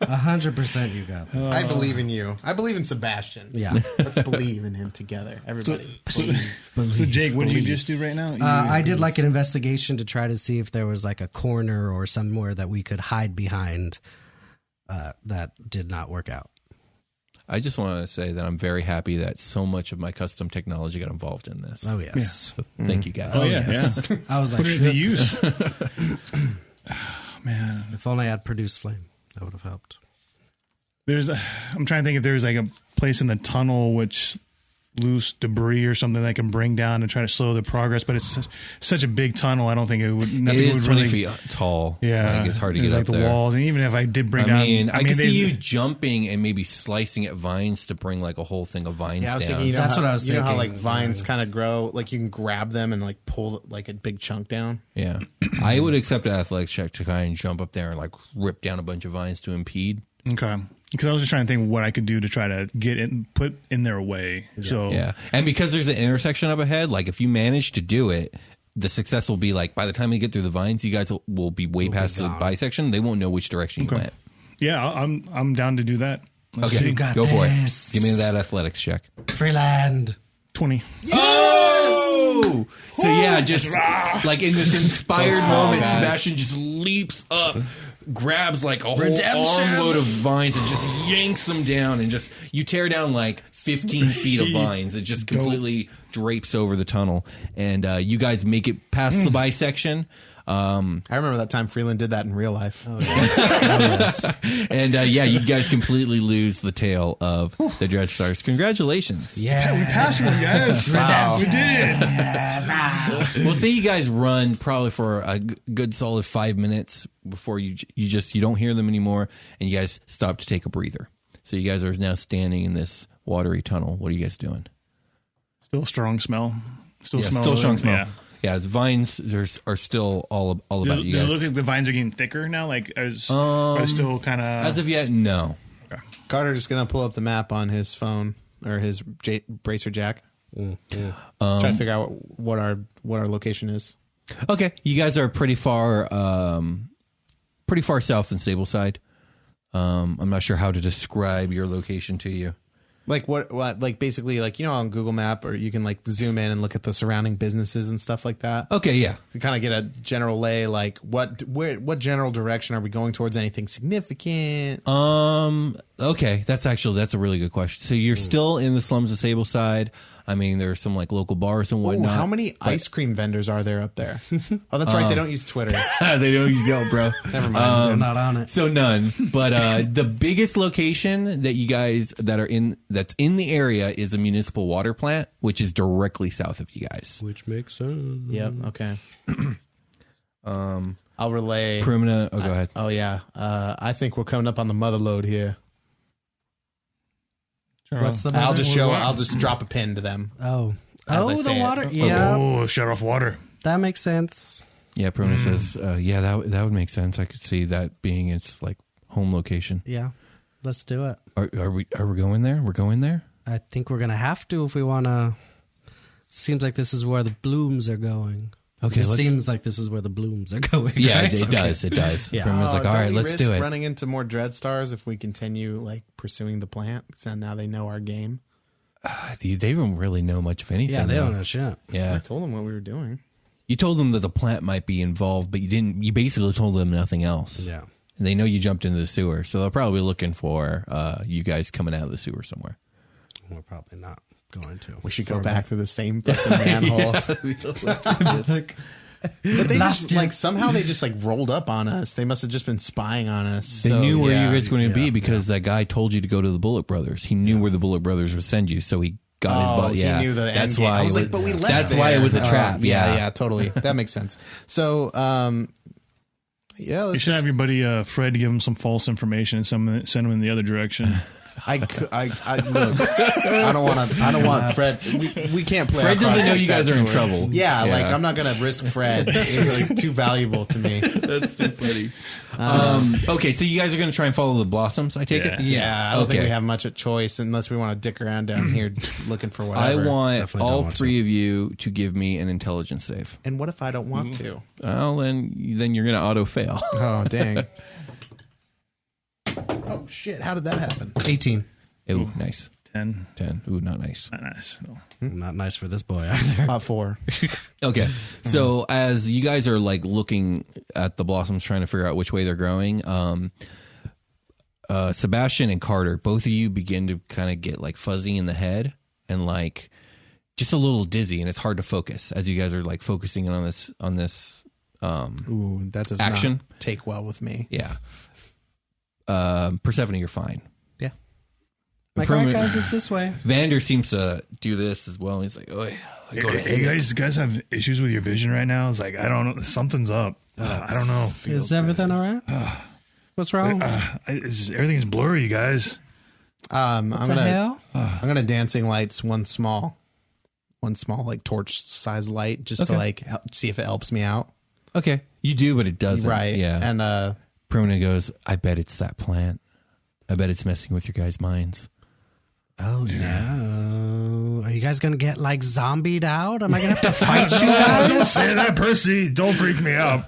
A hundred percent, you got this. I believe in you. I believe in Sebastian. Yeah. Let's believe in him together, [laughs] everybody. So, Jake, what did you just do right now? You- Uh, I did like an investigation to try to see if there was like a corner or somewhere that we could hide behind. Uh, that did not work out. I just want to say that I'm very happy that so much of my custom technology got involved in this. Oh yes, So thank you guys. oh, yeah, yeah. I was like, Put it to [laughs] "Shit, use. Oh, man. if only I'd produced flame, that would have helped. There's, a- I'm trying to think if there's like a place in the tunnel which loose debris or something that I can bring down and try to slow the progress, but it's su- such a big tunnel. I don't think it would. It Nothing is would 20 really, feet tall. Yeah, Like, it's hard to There's get like up the there. walls, and even if I did bring I down, mean, I, can they- see you jumping and maybe slicing at vines to bring like a whole thing of vines Yeah, I down. was thinking. You know That's how, what I was you Know how like thinking. vines kind of grow, like you can grab them and like pull like a big chunk down. yeah, [clears throat] I would accept an athletics check to kind of jump up there and like rip down a bunch of vines to impede. Okay. Because I was just trying to think what I could do to try to get it put in their way. So Yeah. And because there's an intersection up ahead, like if you manage to do it, the success will be like by the time you get through the vines, you guys will, will be way past the bisection. They won't know which direction you went. yeah, I- I'm I'm down to do that. Let's Okay, see. got go for this. it. Give me that athletics check. Freeland. Twenty. Oh, so yeah, just like in this inspired moment, guys. Sebastian just leaps up, grabs like a whole Redemption. armload of vines and just yanks them down, and just you tear down like 15 feet of vines. It just completely drapes over the tunnel, and uh, you guys make it past the bisection. Um, I remember that time Freeland did that in real life. and uh, yeah, you guys completely lose the tail of the Dredge Stars. Congratulations. Yeah, we Pass [laughs] one, guys. Wow. We did it. Um, We'll say you guys run probably for a g- good solid five minutes before you j- you just you don't hear them anymore, and you guys stop to take a breather. So you guys are now standing in this watery tunnel. What are you guys doing? Still strong smell. Still yeah, smell. still it. strong smell. Yeah. Yeah, the vines are, are still all all about Does, you guys. does Um, it look like the vines are getting thicker now? Like, is, are they still kind of. As of yet, no. Carter's gonna pull up the map on his phone or his J- bracer jack. Trying to figure out what, what our what our location is. Okay, you guys are pretty far, um, pretty far south in Stableside. Um, I'm not sure how to describe your location to you. Like what, what? Like basically, like you know, on Google Map, or you can like zoom in and look at the surrounding businesses and stuff like that. Okay, yeah, to kind of get a general lay, like what where what general direction are we going towards? Anything significant? Um. Okay, that's actually that's a really good question. So Hmm. you're still in the slums of Sableside. I mean, there are some like local bars and Ooh, whatnot. how many ice cream vendors are there up there? oh, that's right, they don't use Twitter. [laughs] they don't use Yelp, bro. [laughs] Never mind. They're not on it. so none. But uh, the biggest location that you guys that are in that's in the area is a municipal water plant, which is directly south of you guys. Which makes sense. yep. Okay. um, I'll relay. Perumna. Oh, go ahead. oh yeah, uh, I think we're coming up on the mother load here. What's the I'll matter? just show. I'll just drop a pin to them. Oh. As I Oh, say the it. water. Yeah, Oh, shut off water. that makes sense. Yeah, Perumna Hmm. says, uh, "Yeah, that would- that would make sense. I could see that being its like home location. Yeah, let's do it. Are, are we are we going there? We're going there." I think we're gonna have to if we wanna. Seems like this is where the blooms are going. Okay, it let's- seems like this is where the blooms are going. Yeah, right? it, it Okay. does. It does. Yeah. Perumna's like, Oh, "All don't right, we let's risk do it." Running into more dread stars if we continue like pursuing the plant. So now they know our game. They they don't really know much of anything. Yeah, they though. don't know shit. Yeah, I told them what we were doing. you told them that the plant might be involved, but you didn't. You basically told them nothing else. Yeah. And they know you jumped into the sewer, so they'll probably be looking for uh, you guys coming out of the sewer somewhere. We're probably not going to. We should go back to the same fucking [laughs] manhole. But they Last just year- like somehow they just like rolled up on us. They must have just been spying on us. They So, knew where yeah. you guys were going to be because that guy told you to go to the Bullet Brothers. He knew where the Bullet Brothers would send you, so he got his Oh, butt. Yeah, he knew the that's end game. why. I it was like, but we left. That's why it there. was a Oh, trap. yeah, totally. That makes sense. So, um, yeah, You let's should just, have your buddy uh, Fred give him some false information and some, send him in the [sighs] other direction. I, cou- I, I, look, I don't want to. I [laughs] don't want Fred. We, we can't play. Fred across doesn't know you that guys are in sword. trouble. Yeah, like I'm not gonna risk Fred. He's like too valuable [laughs] to me. That's too funny. Um, okay, so you guys are going to try and follow the blossoms. I take Yeah. it. Yeah, I don't think Okay. we have much of choice unless we want to dick around [clears throat] down here looking for I whatever. want Definitely all don't want three of you to give me an intelligence save. And what if I don't want Mm-hmm. to? Well, then then you're gonna auto fail. [laughs] Oh dang. [laughs] oh shit! How did that happen? 18. Ooh, nice. Ten. Ten. Ooh, not nice. Not nice. No. Not nice for this boy either. Uh, four. Okay. So as you guys are like looking at the blossoms, trying to figure out which way they're growing, um, uh, Sebastian and Carter, both of you begin to kind of get like fuzzy in the head and like just a little dizzy, and it's hard to focus as you guys are like focusing in on this on this. Um, Ooh, that does Action. not take well with me. yeah. Um, Persephone, you're fine. Yeah. Like, all right, Permanent- guys, it's this way. Vander seems to do this as well. He's like, oh, yeah. I go to Hey, you guys, guys have issues with your vision right now. It's like I don't know. Something's up. Oh. Uh, I don't know. Is everything all right? What's wrong? I, it's just, everything's blurry, you guys. Um, I'm the gonna hell? I'm gonna dancing lights one small, one small like torch size light just to Okay. like help, see if it helps me out. Okay, you do, but it doesn't. Right. Yeah. And And uh, Peruna goes, I bet it's that plant. I bet it's messing with your guys' minds. Oh, no. Are you guys going to get, like, zombied out? Am I going to have to fight you [laughs] guys? Say that, Percy. Don't freak me out.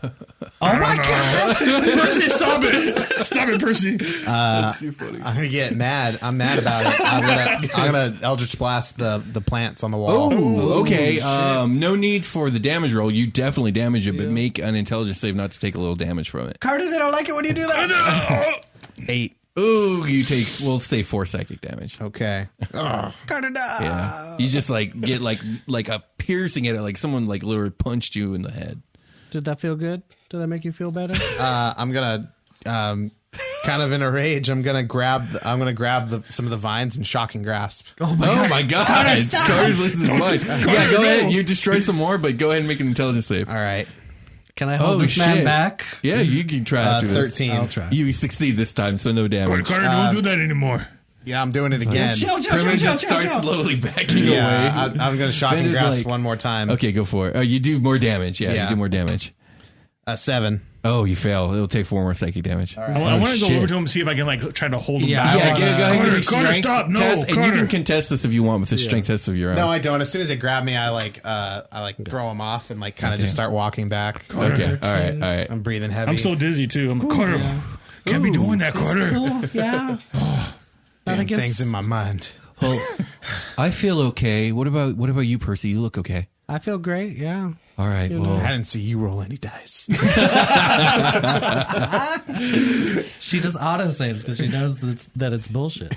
Oh my god, [laughs] Percy, stop it! Stop it, Percy. Oh, I'm gonna get mad. I'm mad about it. I'm gonna I'm gonna eldritch blast the the plants on the wall. Oh, okay. Um, no need for the damage roll. You definitely damage it, but make an intelligence save not to take a little damage from it. Carter, they don't like it when you do that. Eight. Ooh, you take, we'll say four psychic damage. Okay. Uh, Carter, no. Ah. Yeah. You just like get like, like a piercing at it, like someone like literally punched you in the head. Did that feel good? Did that make you feel better? Uh, I'm gonna um, kind of in a rage. I'm gonna grab the, I'm gonna grab the, some of the vines and shock and grasp. Oh my, god. Carter, stop. loses his mind. Yeah, go ahead. You destroy some more, but go ahead and make an intelligence save. All right. Can I hold Oh, this man shit. back? Yeah, you can try Uh, after this. Thirteen. I'll try. You succeed this time, so no damage. Carter, don't do that anymore. Yeah, I'm doing it again. Chill, chill, Kermit chill, chill, just chill, starts chill. slowly backing Yeah, away. I, I'm going to shock and Fender's grasp like- one more time. okay, go for it. Oh, you do more damage. Yeah, you Yeah. do more damage. A seven. Oh, you fail. It'll take four more psychic damage. I, Oh, want to go shit. over to him and see if I can like try to hold him Yeah, back. I Yeah, go, Like, go ahead. and Carter, give me a Carter, strength stop! No, test, and you Carter. can contest this if you want with a strength test of your own. No, I don't. As soon as they grab me, I like uh, I like throw them off and like kind of just start walking back. okay. All right. All right. I'm breathing heavy. I'm so dizzy too. I'm like, Carter. Can't be doing that, Carter. Cool, yeah. Damn I guess- things in my mind. Well, I feel okay. What about what about you, Percy? You look okay. I feel great, yeah. All right. well, I didn't see you roll any [laughs] dice. She just autosaves because she knows that it's, that it's bullshit.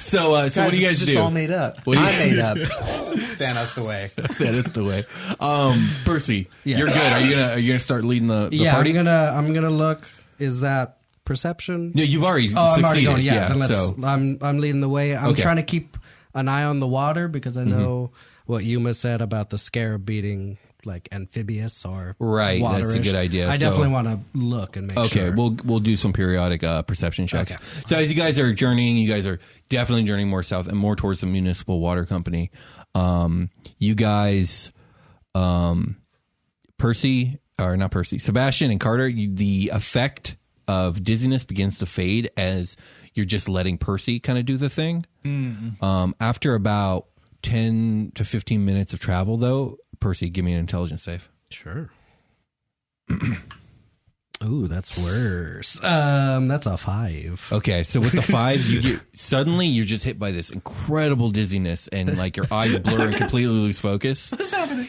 so uh, so what do you guys it's just do? [laughs] all made up. What do you- I made up. [laughs] Thanos the way. that is the way. Um, Percy, Yes. you're good. Are you gonna are you gonna start leading the, the yeah, party? I'm gonna I'm gonna look. Is that perception? no, you've already Oh, I'm already succeeded. going. Yeah, then let's, so I'm I'm leading the way. I'm Okay. Mm-hmm. trying to keep an eye on the water because I know what Yuma said about the scarab beating like amphibious or Right, that's a waterish. good idea, I so- definitely want to look and make Okay, sure. we'll we'll do some periodic uh, perception checks. So as you guys are journeying, you guys are definitely journeying more south and more towards the municipal water company. Um, you guys, um, Percy or not Percy, Sebastian and Carter, you, the effect of dizziness begins to fade as you're just letting Percy kind of do the thing. Um, after about ten to fifteen minutes of travel, though, Percy, give me an intelligence save. sure. Ooh, that's worse. Um, that's a five. Okay, so with the five, [laughs] you get suddenly you're just hit by this incredible dizziness and like your eyes blur and completely lose focus. [laughs] What's happening?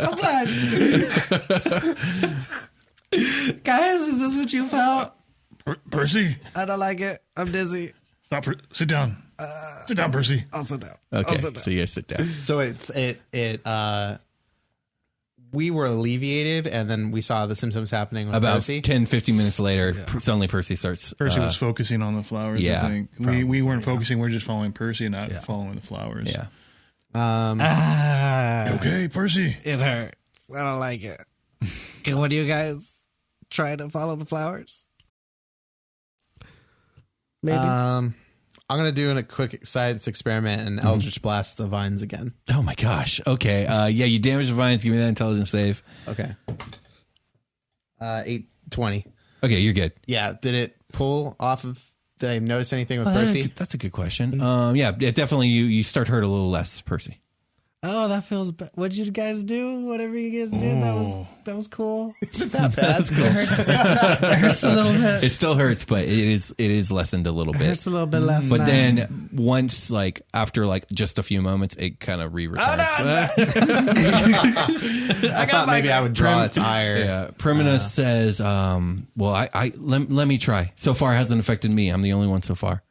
I'm glad. Guys, is this what you felt? Per- Percy, I don't like it. I'm dizzy. stop. Per- sit down. Uh, sit down, Percy. I'll sit down. Okay, I'll sit down. so you guys sit down. So it it it uh we were alleviated and then we saw the symptoms happening with About Percy. 10, 15 minutes later, per- suddenly Percy starts. Percy uh, was focusing on the flowers. yeah, I think. we we weren't focusing. We are just following Percy, not following the flowers. yeah. um You Okay, Percy. Ah, It hurts. I don't like it. Can one of you guys try to follow the flowers? Maybe. um I'm gonna do a quick science experiment and Eldritch blast the vines again. Oh my gosh. Okay. Uh, yeah, you damage the vines. Give me that intelligence save. Okay. Uh eight twenty. Okay, you're good. Yeah, did it pull off of did I notice anything with Uh, [laughs] Percy? that's a good question. Um, yeah, it definitely. You you start hurt a little less, Percy. oh, that feels bad. What'd you guys do? Whatever you guys did, that was that was cool. Oh. [laughs] That's cool. It hurts a little bit. it still hurts, but it is it is lessened a little It hurts bit. a little bit last But night. then once, like after like just a few moments, it kind of re-returns. Oh, I, thought maybe I would draw its ire. Yeah, Primina Uh. says, um, "Well, I, I let, let me try. So far, it hasn't affected me. I'm the only one so far."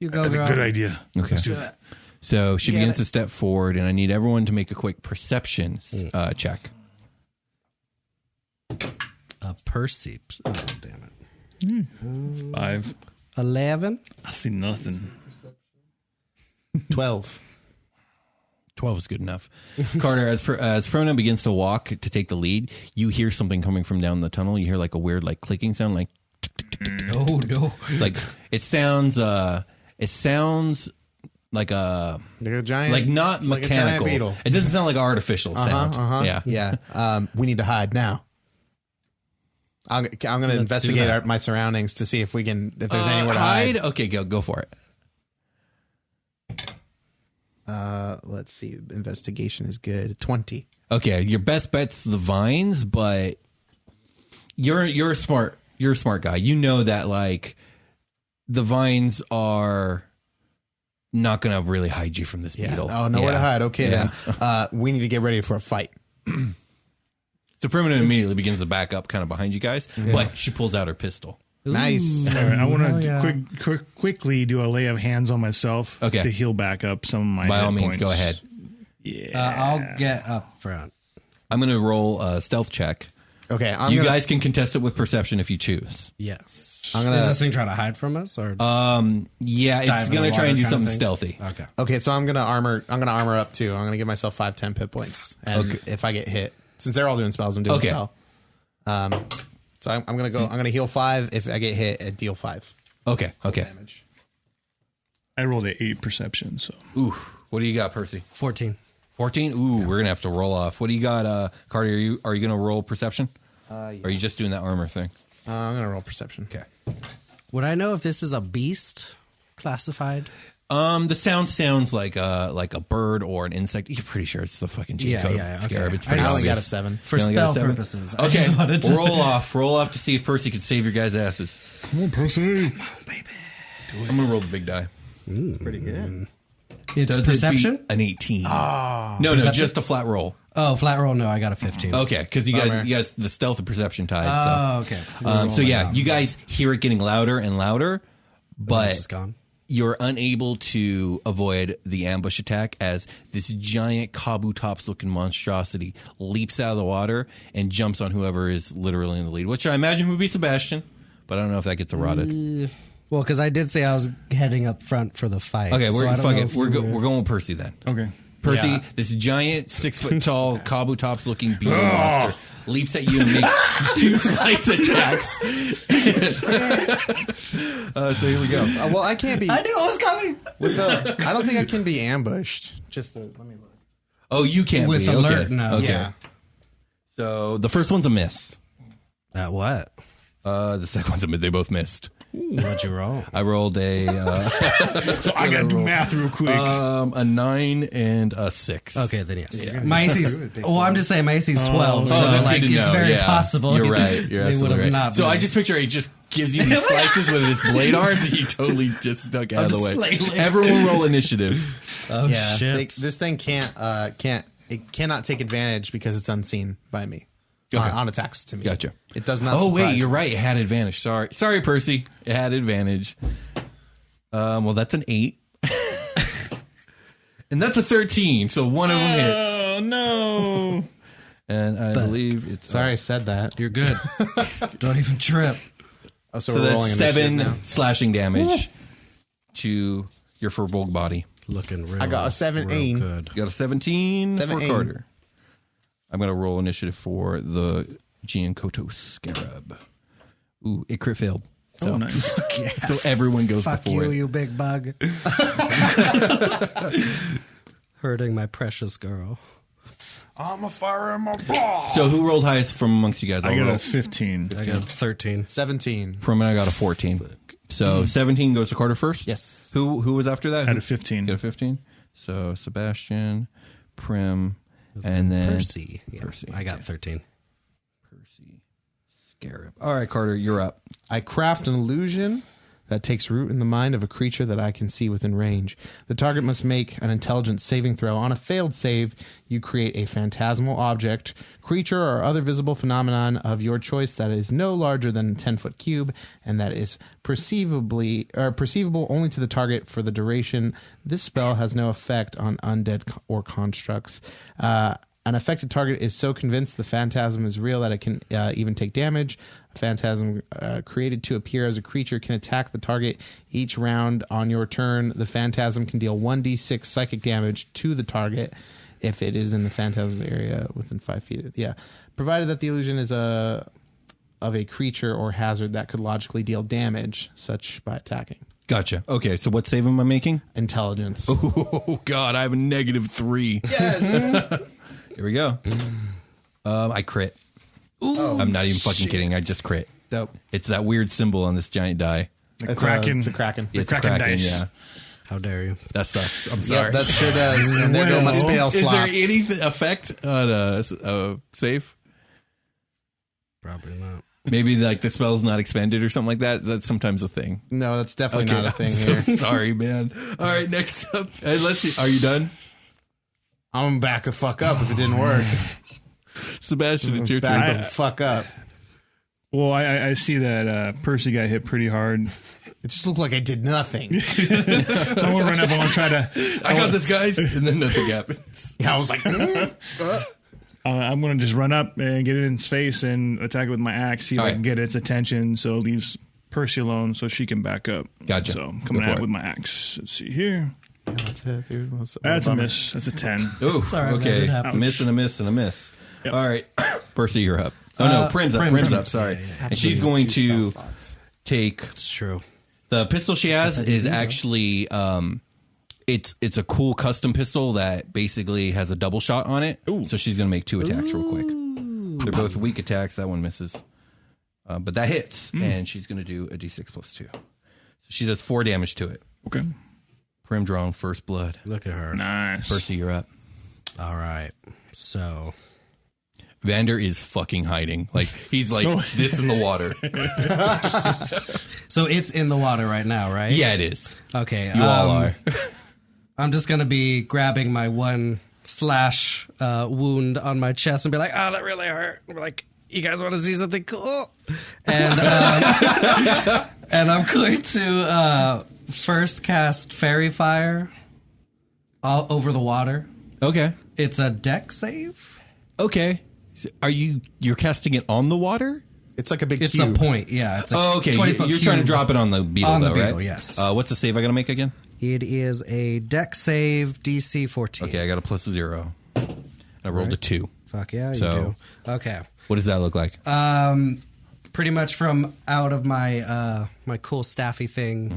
you go, I think girl. good idea. Okay. So she begins to step forward, and I need everyone to make a quick perception Hmm. uh, check. A Percy. Oh, damn it. Five. Eleven. I see nothing. Twelve. Twelve is good enough. [laughs] Carter, as per, as Primina begins to walk to take the lead, you hear something coming from down the tunnel. You hear like a weird like clicking sound, like Oh no. it's [laughs] like it sounds. Uh, it sounds like a Like a giant like not like a giant mechanical. beetle. it doesn't sound like artificial sound. Uh-huh, uh-huh. Yeah. yeah. Um, we need to hide now. I'm, I'm going to investigate our, my surroundings to see if we can if there's Uh, anywhere to hide. Okay, go go for it. Uh, let's see. Investigation is good. Twenty. Okay, your best bet's the vines, but you're you're a smart you're a smart guy. You know that like the vines are not going to really hide you from this beetle. Oh, nowhere to Yeah. hide. Okay Yeah. [laughs] then. Uh, we need to get ready for a fight. So Primina immediately begins to back up, kind of behind you guys, but she pulls out her pistol. Nice. All right, I want to quick, quick, quickly do a lay of hands on myself Okay. to heal back up some of my. By hit all means, points. go ahead. Uh, I'll get up front. I'm going to roll a stealth check. Okay. I'm you gonna, guys can contest it with perception if you choose. Yes. I'm gonna- Is this thing trying to hide from us or Um, yeah, Dive it's in going the to try and water do kind of something thing? stealthy. Uh, Okay. Okay. So I'm gonna armor. I'm gonna armor up too. I'm gonna give myself five, ten pit points. And if I get hit, since they're all doing spells, I'm doing Okay. spell. Um, So I'm, I'm gonna go. I'm gonna heal five. If I get hit, I deal five Okay. Okay. damage. I rolled a eight perception, so Ooh. What do you got, Percy? 14. 14? Ooh, we're going to have to roll off. What do you got, uh, Cardi? Are you, are you going to roll perception? Uh, yeah. Or are you just doing that armor thing? Uh, I'm gonna roll perception. Okay. Would I know if this is a beast classified? Um, the sound sounds like a like a bird or an insect. You're pretty sure it's the fucking G Yeah, code yeah, okay. scarab. It's I pretty I just- only obvious. got a seven. For You only got a spell seven? purposes. I just wanted Okay, to- [laughs] roll off. Roll off to see if Percy can save your guys' asses. come on, Percy. I'm gonna roll the big die. It's Does it beat perception? an 18? no, no, just a flat roll. Oh, flat roll. No, I got a 15. Okay, because you guys, you guys, the stealth and perception tied. Oh, so. okay. Um, so yeah, you guys hear it getting louder and louder, Uh, but It's gone. you're unable to avoid the ambush attack as this giant Kabu Tops looking monstrosity leaps out of the water and jumps on whoever is literally in the lead, which I imagine would be Sebastian, but I don't know if that gets eroded. Mm, Well, because I did say I was heading up front for the fight. okay, so we're I don't fuck know it. if We're, you go, were- we're going with Percy then. Okay. Percy, this giant six [laughs] foot tall Kabu Tops looking beetle Ah! monster leaps at you and [laughs] makes two slice attacks. [laughs] uh, so here we go. Uh, well, I can't [laughs] be. I knew it was coming. With a, I don't think I can be ambushed. Just uh let me look. Oh, you can't With be. alert, okay. no. Okay. Yeah. So the first one's a miss. At what? Uh, the [laughs] second one's a miss. They both missed. What'd you roll? I rolled a [laughs] uh, So I gotta do math real quick. um, a nine and a six. Okay, then yes. My AC's. Well, I'm just saying my AC's 12. Oh, so that's like, good to It's know. very yeah. possible. You're [laughs] [laughs] right. You're they would absolutely have right. not. so been I just picture he just [laughs] gives you these slices with his blade arms, and he totally just duck out of the just way. flailing. Everyone [laughs] roll initiative. Oh, Yeah, they- shit. this thing can't uh, can't it cannot take advantage because it's unseen by me on, on attacks to me. Gotcha. It does not. Oh wait, surprise you're me. right. It had advantage. Sorry, sorry, Percy. It had advantage. Um, well, that's an eight, [laughs] and that's a thirteen. So one of them hits, oh no! and I believe it's Sorry, I said that. You're good. [laughs] don't even trip. Oh, so, So we're that's rolling initiative now. seven slashing damage to your Furbolg body. Looking real. I got a seven aim. good. You got a seventeen for Seventeen. Carter. I'm gonna roll initiative for the Giancoto Scarab. Ooh, it crit failed. [laughs] So, Oh, nice. so everyone goes Fuck before you, it. you big bug. [laughs] [laughs] Hurting my precious girl. I'm a fire in my bra. So who rolled highest from amongst you guys? I I'll got roll. a fifteen. I got 13. Seventeen. Perman, I got a fourteen. So seventeen goes to Carter first. Yes. Who who was after that? I had a fifteen. You got a fifteen. So Sebastian, Prim, and then Percy. Yeah, Percy. I got 13. Percy Scarab. All right, Carter, you're up. I craft an illusion that takes root in the mind of a creature that I can see within range. The target must make an intelligence saving throw. On a failed save, you create a phantasmal object, creature, or other visible phenomenon of your choice that is no larger than a 10 foot cube and that is perceivably or perceivable only to the target for the duration. This spell has no effect on undead co- or constructs. Uh, an affected target is so convinced the phantasm is real that it can uh, even take damage. A phantasm uh, created to appear as a creature can attack the target each round on your turn. The phantasm can deal 1d6 psychic damage to the target if it is in the phantasm's area within five feet. Yeah. Provided that the illusion is a. Of a creature or hazard that could logically deal damage, such by attacking Gotcha. Okay, so what save am I making? intelligence. [laughs] Oh God, I have a negative three. Yes. [laughs] Here we go. Um, I crit. I'm not even fucking kidding. I just crit. Dope. It's that weird symbol on this giant die. It's Kraken. A, it's a kraken. It's Kraken dice. Yeah, How dare you? that sucks. I'm Yeah, sorry. that sure does. And there go Well, my spell Is there slots. any th- effect on a, a save? Probably not. Maybe like the spell's not expanded or something like that. That's sometimes a thing. No, that's definitely not a thing I'm so [laughs] here. sorry, man. All right, next up. Unless you, are you done, I'm gonna back the fuck up if it [laughs] didn't work. Sebastian? It's your turn. back the fuck up. Well, I- I, I see that uh, Percy got hit pretty hard. It just looked like I [laughs] did nothing. So I'm gonna run up. I want to try to. I got this, guys. And then nothing happens. I was like, mm, uh, Uh, I'm gonna just run up and get it in his face and attack it with my axe. See if All I can right. get its attention. So it leaves Percy alone, so she can back up. Gotcha. So I'm Go coming for out it. with my axe. Let's see here. that's it, dude. That's, That's a miss. That's a ten. Oh, [laughs] all right, man. okay. It happens. A miss and a miss and a miss. All right, [coughs] Bertha, you're up. Oh no, Prin's up. Prin's, up. Sorry, and she's going to take It's true. the pistol she has is actually um, it's it's a cool custom pistol that basically has a double shot on it. So she's going to make two attacks real quick. They're both weak attacks. That one misses, uh, but that hits, and she's going to do a d6 plus two. So she does four damage to it. Okay. Prim drawing first blood. Look at her. Nice. Percy, you're up. All right. So Vander is fucking hiding. Like he's like [laughs] this in the water. so it's in the water right now, right? Yeah, it is. Okay. You all um, are. I'm just gonna be grabbing my one slash uh, wound on my chest and be like, "Oh, that really hurt." And be like, "You guys want to see something cool?" And um, [laughs] and I'm going to uh, first cast fairy fire all over the water. Okay. It's a deck save. Okay. So Are you you're casting it on the water? It's like a big. It's cube. a point. Yeah. It's a Oh, okay. 20 You- foot You're trying to cube. drop it on the beetle, On the though, beetle, right? yes. Uh, what's the save I gotta make again? It is a deck save DC 14. Okay, I got a plus zero. I rolled a two. Fuck yeah, you So- do. Okay. What does that look like? Um, pretty much from out of my uh my cool staffy thing,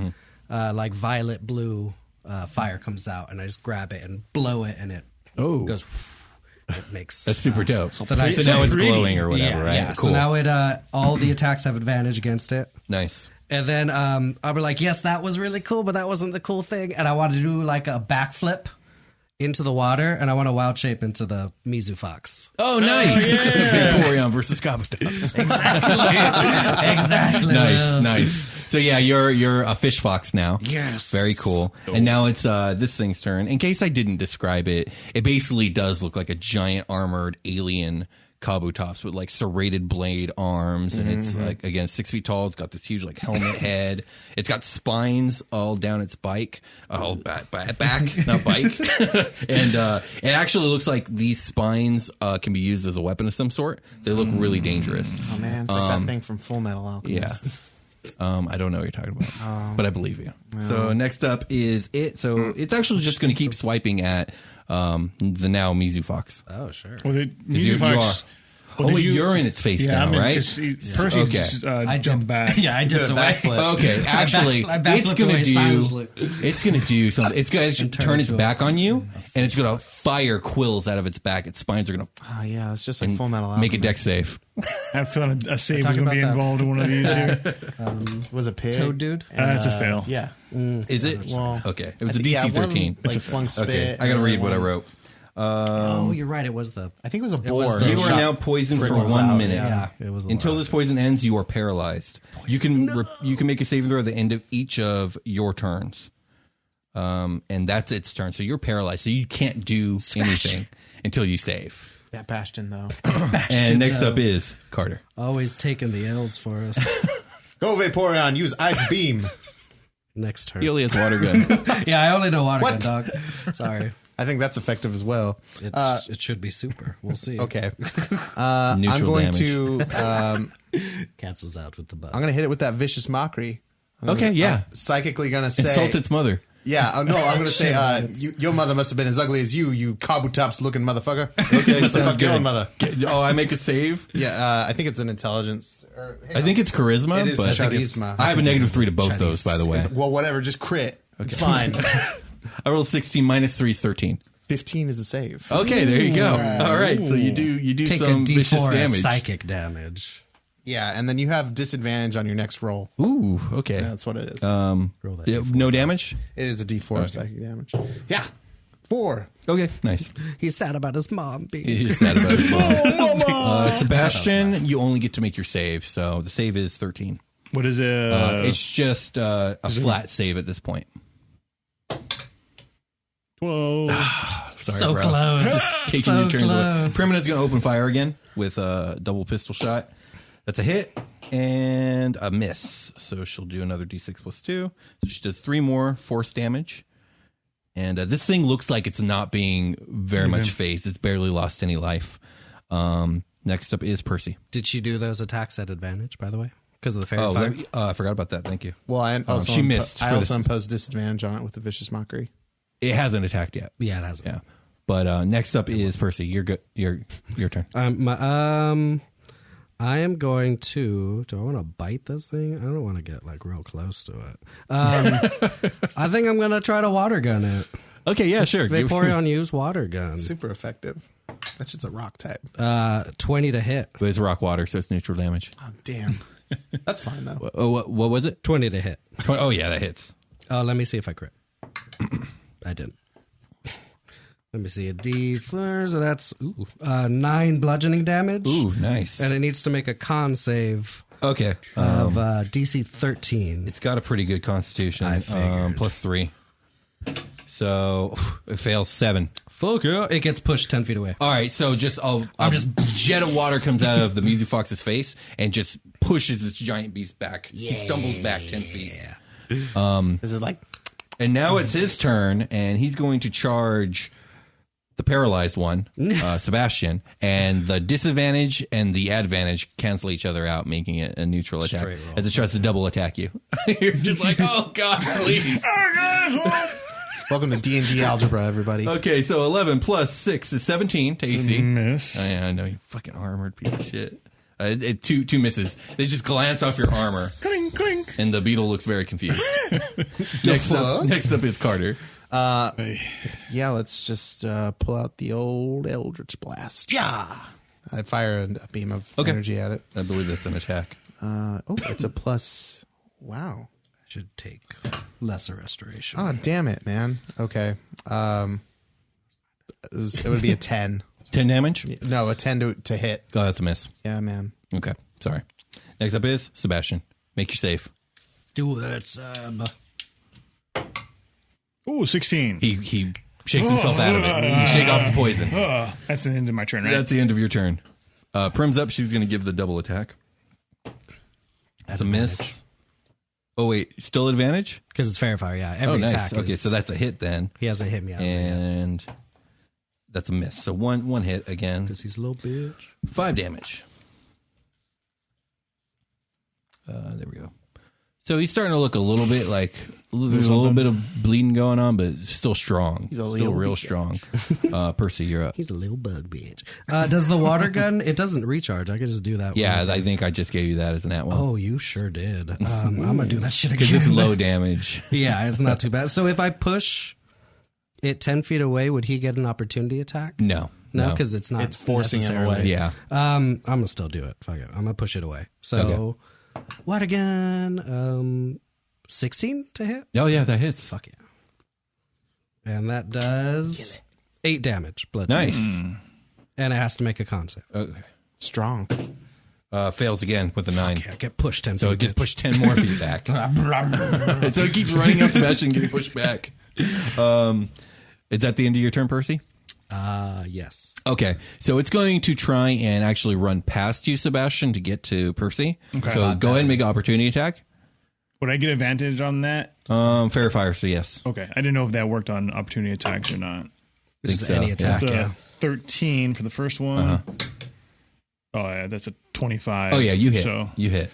Mm-hmm. uh, like violet blue uh, fire comes out, and I just grab it and blow it, and it Oh. goes. It makes That's super dope. So, pretty- so now it's pretty. glowing or whatever, yeah, right? yeah. Cool. So now it uh all the attacks have advantage against it. nice. And then um, I'll be like, yes, that was really cool, but that wasn't the cool thing. And I want to do like a backflip into the water, and I want to wild shape into the Mizu [laughs] fox. [laughs] Oh, nice. [laughs] Vaporeon versus Gobotops. exactly. exactly. nice, nice. So yeah, you're you're a fish fox now. Yes. Very cool. And now it's uh, this thing's turn. In case I didn't describe it, it basically does look like a giant armored alien Kabutops with like serrated blade arms, and it's like again six feet tall. It's got this huge like helmet head. It's got spines all down its bike, all back, back, back not bike. and uh, it actually looks like these spines uh, can be used as a weapon of some sort. They look really dangerous. Oh, man, it's like that thing from Full Metal Alchemist. Um, [laughs] Yeah. Um, I don't know what you're talking about, Um, but I believe you. So next up is it. Mm. So it's actually just going to keep swiping at um, the now Mizu Fox. Oh, sure. Well, the you- music you fox. are. Well, Oh, did wait, you're in its face yeah, now, I'm in right? Just, Percy's Okay. just uh, I jumped [laughs] jumped back. Yeah, I did the back flip. [laughs] [laughs] Okay, actually, I back- I it's backflipped gonna away do. silently. It's gonna do something. [laughs] It's gonna turn, into its a- back on you, and it's gonna fire quills out of its back. Its spines are gonna Oh, yeah, it's just like Full Metal Alchemist. make a deck [laughs] save. I'm feeling a, a save Talk is going to be about that. involved in one of [laughs] these here. Uh, It was a pig. Toad dude? that's a fail. Yeah. Is it? Well, okay, it was a I think- yeah, DC one, 13. Like, flung spit. okay, and I gotta read then what I one- wrote. oh, you're right. It was the. I think it was a was boar. the- You are Shot now poisoned for ripples one out, minute. Yeah, it was a Until lot. this poison ends, you are paralyzed. You can re- you can make a saving throw at the end of each of your turns, um, and that's its turn. So you're paralyzed, so you can't do anything until you save. That bastion, though. And next up is Carter. Always taking the L's for us. [laughs] [laughs] Go Vaporeon. Use ice beam. Next turn. He only has water [laughs] Uh, gun. Yeah, I only know water gun What? dog. [laughs] Sorry. I think that's effective as well. It's, Uh, it should be super. We'll see. okay. Uh, I'm Neutral going damage. to. Um, Cancels out with the bug. I'm going to hit it with that vicious mockery. I'm Okay, gonna- yeah. I'm psychically going to uh, say. Insult its mother. Yeah, uh, no, I'm [laughs] gonna say uh, you, your mother must have been as ugly as you, you Kabutops looking motherfucker. [laughs] Okay, must have sounds fucked your good. own mother. Oh, I make a save. Yeah, uh, I think it's an intelligence. Or, I think it's charisma. It is but I think it's- charisma. I have a negative three to both those. By the way, well, whatever, just crit. [laughs] It's fine. I rolled sixteen minus three is thirteen. Fifteen is a save. Okay, there you go. All right, so you do you do Take some a vicious D4 as damage. psychic damage. Yeah, and then you have disadvantage on your next roll. Ooh, okay. That's what it is. Um, that yeah, no damage. it is a D4 of psychic damage. Yeah, four. Okay, nice. He's sad about his mom being. He's sad about [laughs] his mom. uh, Sebastian, you only get to make your save, so the save is thirteen. What is it? Uh, it's just uh, a flat save at this point. 12. [sighs] Sorry, so bro. close. Taking so your turns away. close. Primina's gonna open fire again with a double pistol shot. That's a hit and a miss. So she'll do another d6 plus two. So she does three more force damage. And uh, this thing looks like it's not being very much phased. It's barely lost any life. Um, next up is Percy. Did she do those attacks at advantage, by the way? Because of the fairy Oh, fire? there- uh, I forgot about that. Thank you. Well, I also Oh, she impo- missed I for also this. imposed disadvantage on it with the vicious mockery. It hasn't attacked yet. Yeah, it has. Yeah. But uh, next up is Percy. You're good. Your your turn. Um, my, um, I am going to. Do I want to bite this thing? I don't want to get like real close to it. Um, I think I'm gonna try to water gun it. Okay, yeah, sure. Give- Vaporeon use water gun. Super effective. That shit's a rock type. Uh, twenty to hit. But it's rock water, so it's neutral damage. Oh, [laughs] damn. That's fine though. Oh, what, what was it? Twenty to hit. Twen- Oh yeah, that hits. Oh, let me see if I crit. I didn't. Let me see a D4. So that's ooh, uh, nine bludgeoning damage. Ooh, nice. And it needs to make a con save okay, of uh, DC 13. it's got a pretty good constitution. I um, figured. plus three. So it fails seven. Fuck yeah. It gets pushed 10 feet away. All right, so just a, a just- jet of water comes out of the music fox's face and just pushes this giant beast back. He stumbles back ten feet, This is like and now it's his turn, and he's going to charge the paralyzed one, uh, Sebastian, and the disadvantage and the advantage cancel each other out, making it a neutral attack Straight roll. as it tries to double attack you. [laughs] You're just like, oh god, please. welcome to D and [laughs] D algebra, everybody. Okay, so eleven plus six is seventeen to AC. Miss. Oh, yeah, I know you fucking armored piece of shit. Uh, it, it- two two misses. They just glance off your armor, Clink, clink. and the beetle looks very confused. next up, fuck? next up is Carter. Yeah, let's just uh, pull out the old Eldritch Blast. Yeah. I fire a beam of Okay. energy at it. I believe that's an attack. Uh, oh, it's [coughs] a plus. Wow. Should take lesser restoration. Oh, damn it, man. Okay. Um, it, was- it would be a [laughs] 10. Ten damage. No, a 10 to, to hit. Oh, that's a miss. Yeah, man. Okay, sorry. Next up is Sebastian. Make you safe. Do it, Seb. Ooh, 16. He he shakes himself out of it. You shake off the poison. Ugh, that's the end of my turn, right? That's the end of your turn. Uh, Prim's up. She's going to give the double attack. That's a miss. Oh wait, still advantage. Because it's fair fire, yeah. Every oh nice. attack Okay, is- so that's a hit then. He hasn't hit me out and that's a miss. So one one hit again, because he's a little bitch. five damage. Uh, there we go. So he's starting to look a little bit like there's a little bit of bleeding going on, but still strong, a still little real bit. [laughs] strong. Uh, Percy, you're up. He's a little bug bitch. Uh, does the water gun? It doesn't recharge. I could just do that. Yeah, one. I think I just gave you that as an at one Oh, you sure did. Um, I'm gonna do [laughs] that shit again. because [laughs] it's low damage. Yeah, it's not too bad. So if I push it ten feet away, would he get an opportunity attack? No, No, because it's not. It's forcing it necessarily. away. yeah, Um, I'm gonna still do it. Fuck it. I'm gonna push it away. So, what again? Um, sixteen to hit. oh yeah, that hits. Fuck yeah. And that does eight damage. Blood. Nice. Hmm. And it has to make a concept. Okay. Strong. Uh, fails again with a nine. Yeah, get pushed ten. So feet, it gets bitch. pushed 10 more feet [laughs] back. And [laughs] so it keeps running up Sebastian, getting pushed back. Um, is that the end of your turn, Percy? Uh, yes. Okay. So it's going to try and actually run past you, Sebastian, to get to Percy. So go ahead and make an opportunity attack. Would I get advantage on that? Um, fair fire, so yes. Okay. I didn't know if that worked on opportunity attacks or not. Just so, any yeah. Uh-huh. attack. It's a yeah. 13 for the first one. Oh, yeah. That's a 25. Oh, yeah, you hit. So You hit.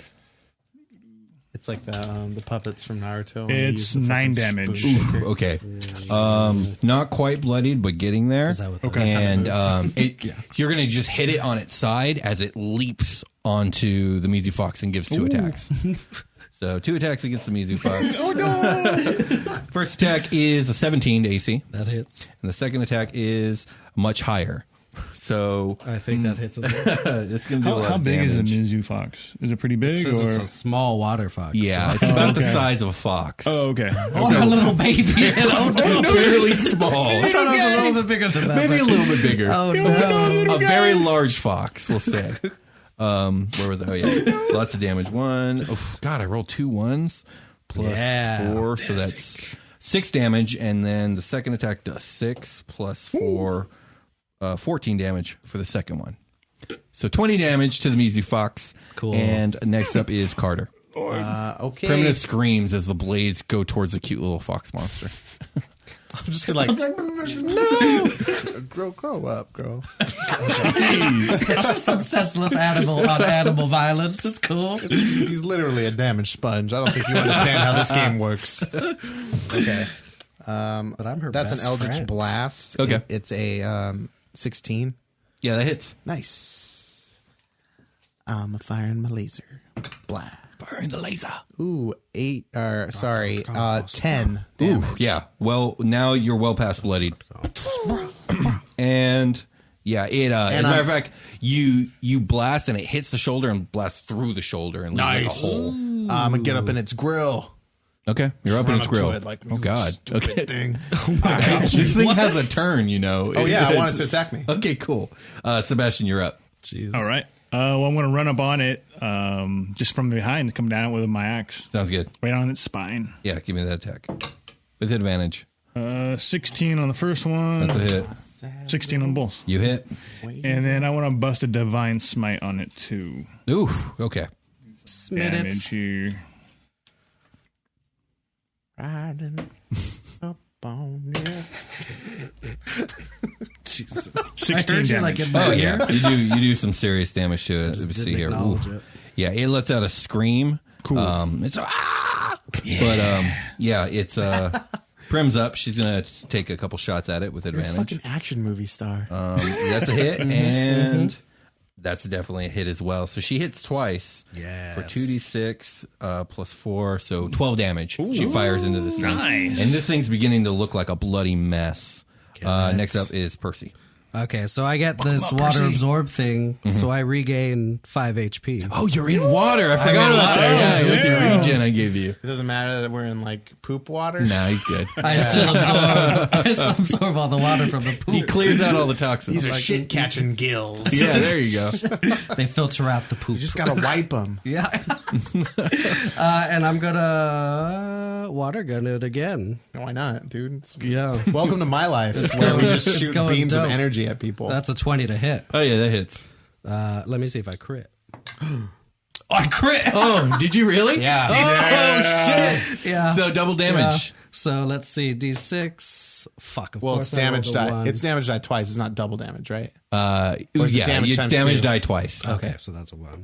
It's like the um, the puppets from Naruto. it's nine damage. Ooh, okay. Um, not quite bloodied, but getting there. Is that what okay. And [laughs] um, it, you're going to just hit it on its side as it leaps onto the Mizu Fox and gives two attacks. so two attacks against the [laughs] Mizu Fox. oh, no! [laughs] First attack is a 17 to AC, That hits. and the second attack is much higher. [laughs] So uh, I think Mm. that [laughs] hits. As well. it's going to do a How, lot how of big damage. is a Mizu Fox? Is it pretty big? Since or? it's a small water fox. yeah, it's [laughs] about the okay. size of a fox. [laughs] oh, okay. Or a little baby. [laughs] oh, no. Fairly [laughs] small. I thought it was a little bit bigger than that. Maybe a but- little bit bigger. Oh, no. a very large fox, we'll say. Um, where was I? Oh yeah, lots of damage. One. Oh God, I rolled two ones plus Yeah. four, so that's six damage, and then the second attack does six plus four, uh, 14 damage for the second one. So twenty damage to the Mizu Fox. Cool. And next up is Carter. Uh, okay. Primitive screams as the blades go towards the cute little fox monster. I'll just be like, no. grow, grow up, girl. [laughs] It's just some senseless animal on animal violence. It's cool. He's literally a damaged sponge. I don't think you understand how this game works. okay. Um, But I'm her That's best an Eldritch friend. Blast. Okay. It- it's a um, 16. Yeah, that hits. Nice. I'm firing my laser. Blast. Firing the laser. Ooh, eight. Or sorry, uh, ten. Damn. Ooh, yeah. Well, now you're well past bloodied. and yeah, it. Uh, as And a matter of I'm- fact, you you blast and it hits the shoulder and blasts through the shoulder and leaves like, Nice. a hole. I'm gonna get up in its grill. Okay, you're up in Run its up to grill. it like, oh God. stupid Okay. Thing. [laughs] [laughs] this thing has a turn, you know. Oh yeah, I want It's- it to attack me. Okay, cool. Uh, Sebastian, you're up. Jeez. [laughs] All right. Uh, well, I'm going to run up on it um, just from behind, come down with my axe Sounds good. right on its spine. Yeah, give me that attack with advantage. Uh, 16 on the first one, That's a hit. 16 on both. You hit. And then I want to bust a divine smite on it too. Oof. Okay. Smit it. Damage here. Riding up on you. Sixteen heard you, damage. like, in Oh my ear. [laughs] yeah, you do you do some serious damage to it. Let me didn't see here. acknowledge Ooh. it. Yeah, it lets out a scream. Cool. Um, it's ah! but um, yeah, it's uh, Prim's up. She's gonna t- take a couple shots at it with You're a advantage. fucking action movie star. Um, that's a [laughs] hit, and that's definitely a hit as well. So she hits twice. Yes. For two d six uh, plus four, so twelve damage. She fires into this thing, Nice. and this thing's beginning to look like a bloody mess. Uh, nice. next up is Percy. Okay, so I get this water absorb thing, so I regain five HP. Mm-hmm. Oh, you're in water. I forgot in about water. that. Yeah, it was the Damn. regen I gave you. it doesn't matter that we're in like poop water. Nah, he's [laughs] good. I still [laughs] absorb. I still absorb all the water from the He [laughs] poop. clears out all the toxins. These are shit catching gills. yeah, there you go. They filter out the poop. You just gotta [laughs] wipe them. Yeah. [laughs] uh, and I'm gonna uh, water gun it again. Why not, dude? It's- Yeah. Welcome to my life. It's where we going- just it's shoot going beams of dope. energy at people. That's a 20 to hit. Oh yeah, that hits. Uh, let me see if I crit. I crit. Oh, did you really? Yeah. Oh shit. Yeah. So double damage. Yeah. So let's see. D6. Fuck. Of well, course it's I rolled damage a die. one. It's damage die twice. It's not double damage, right? Uh, Or is it yeah, damage it's times damage two? die twice Okay, so that's a one.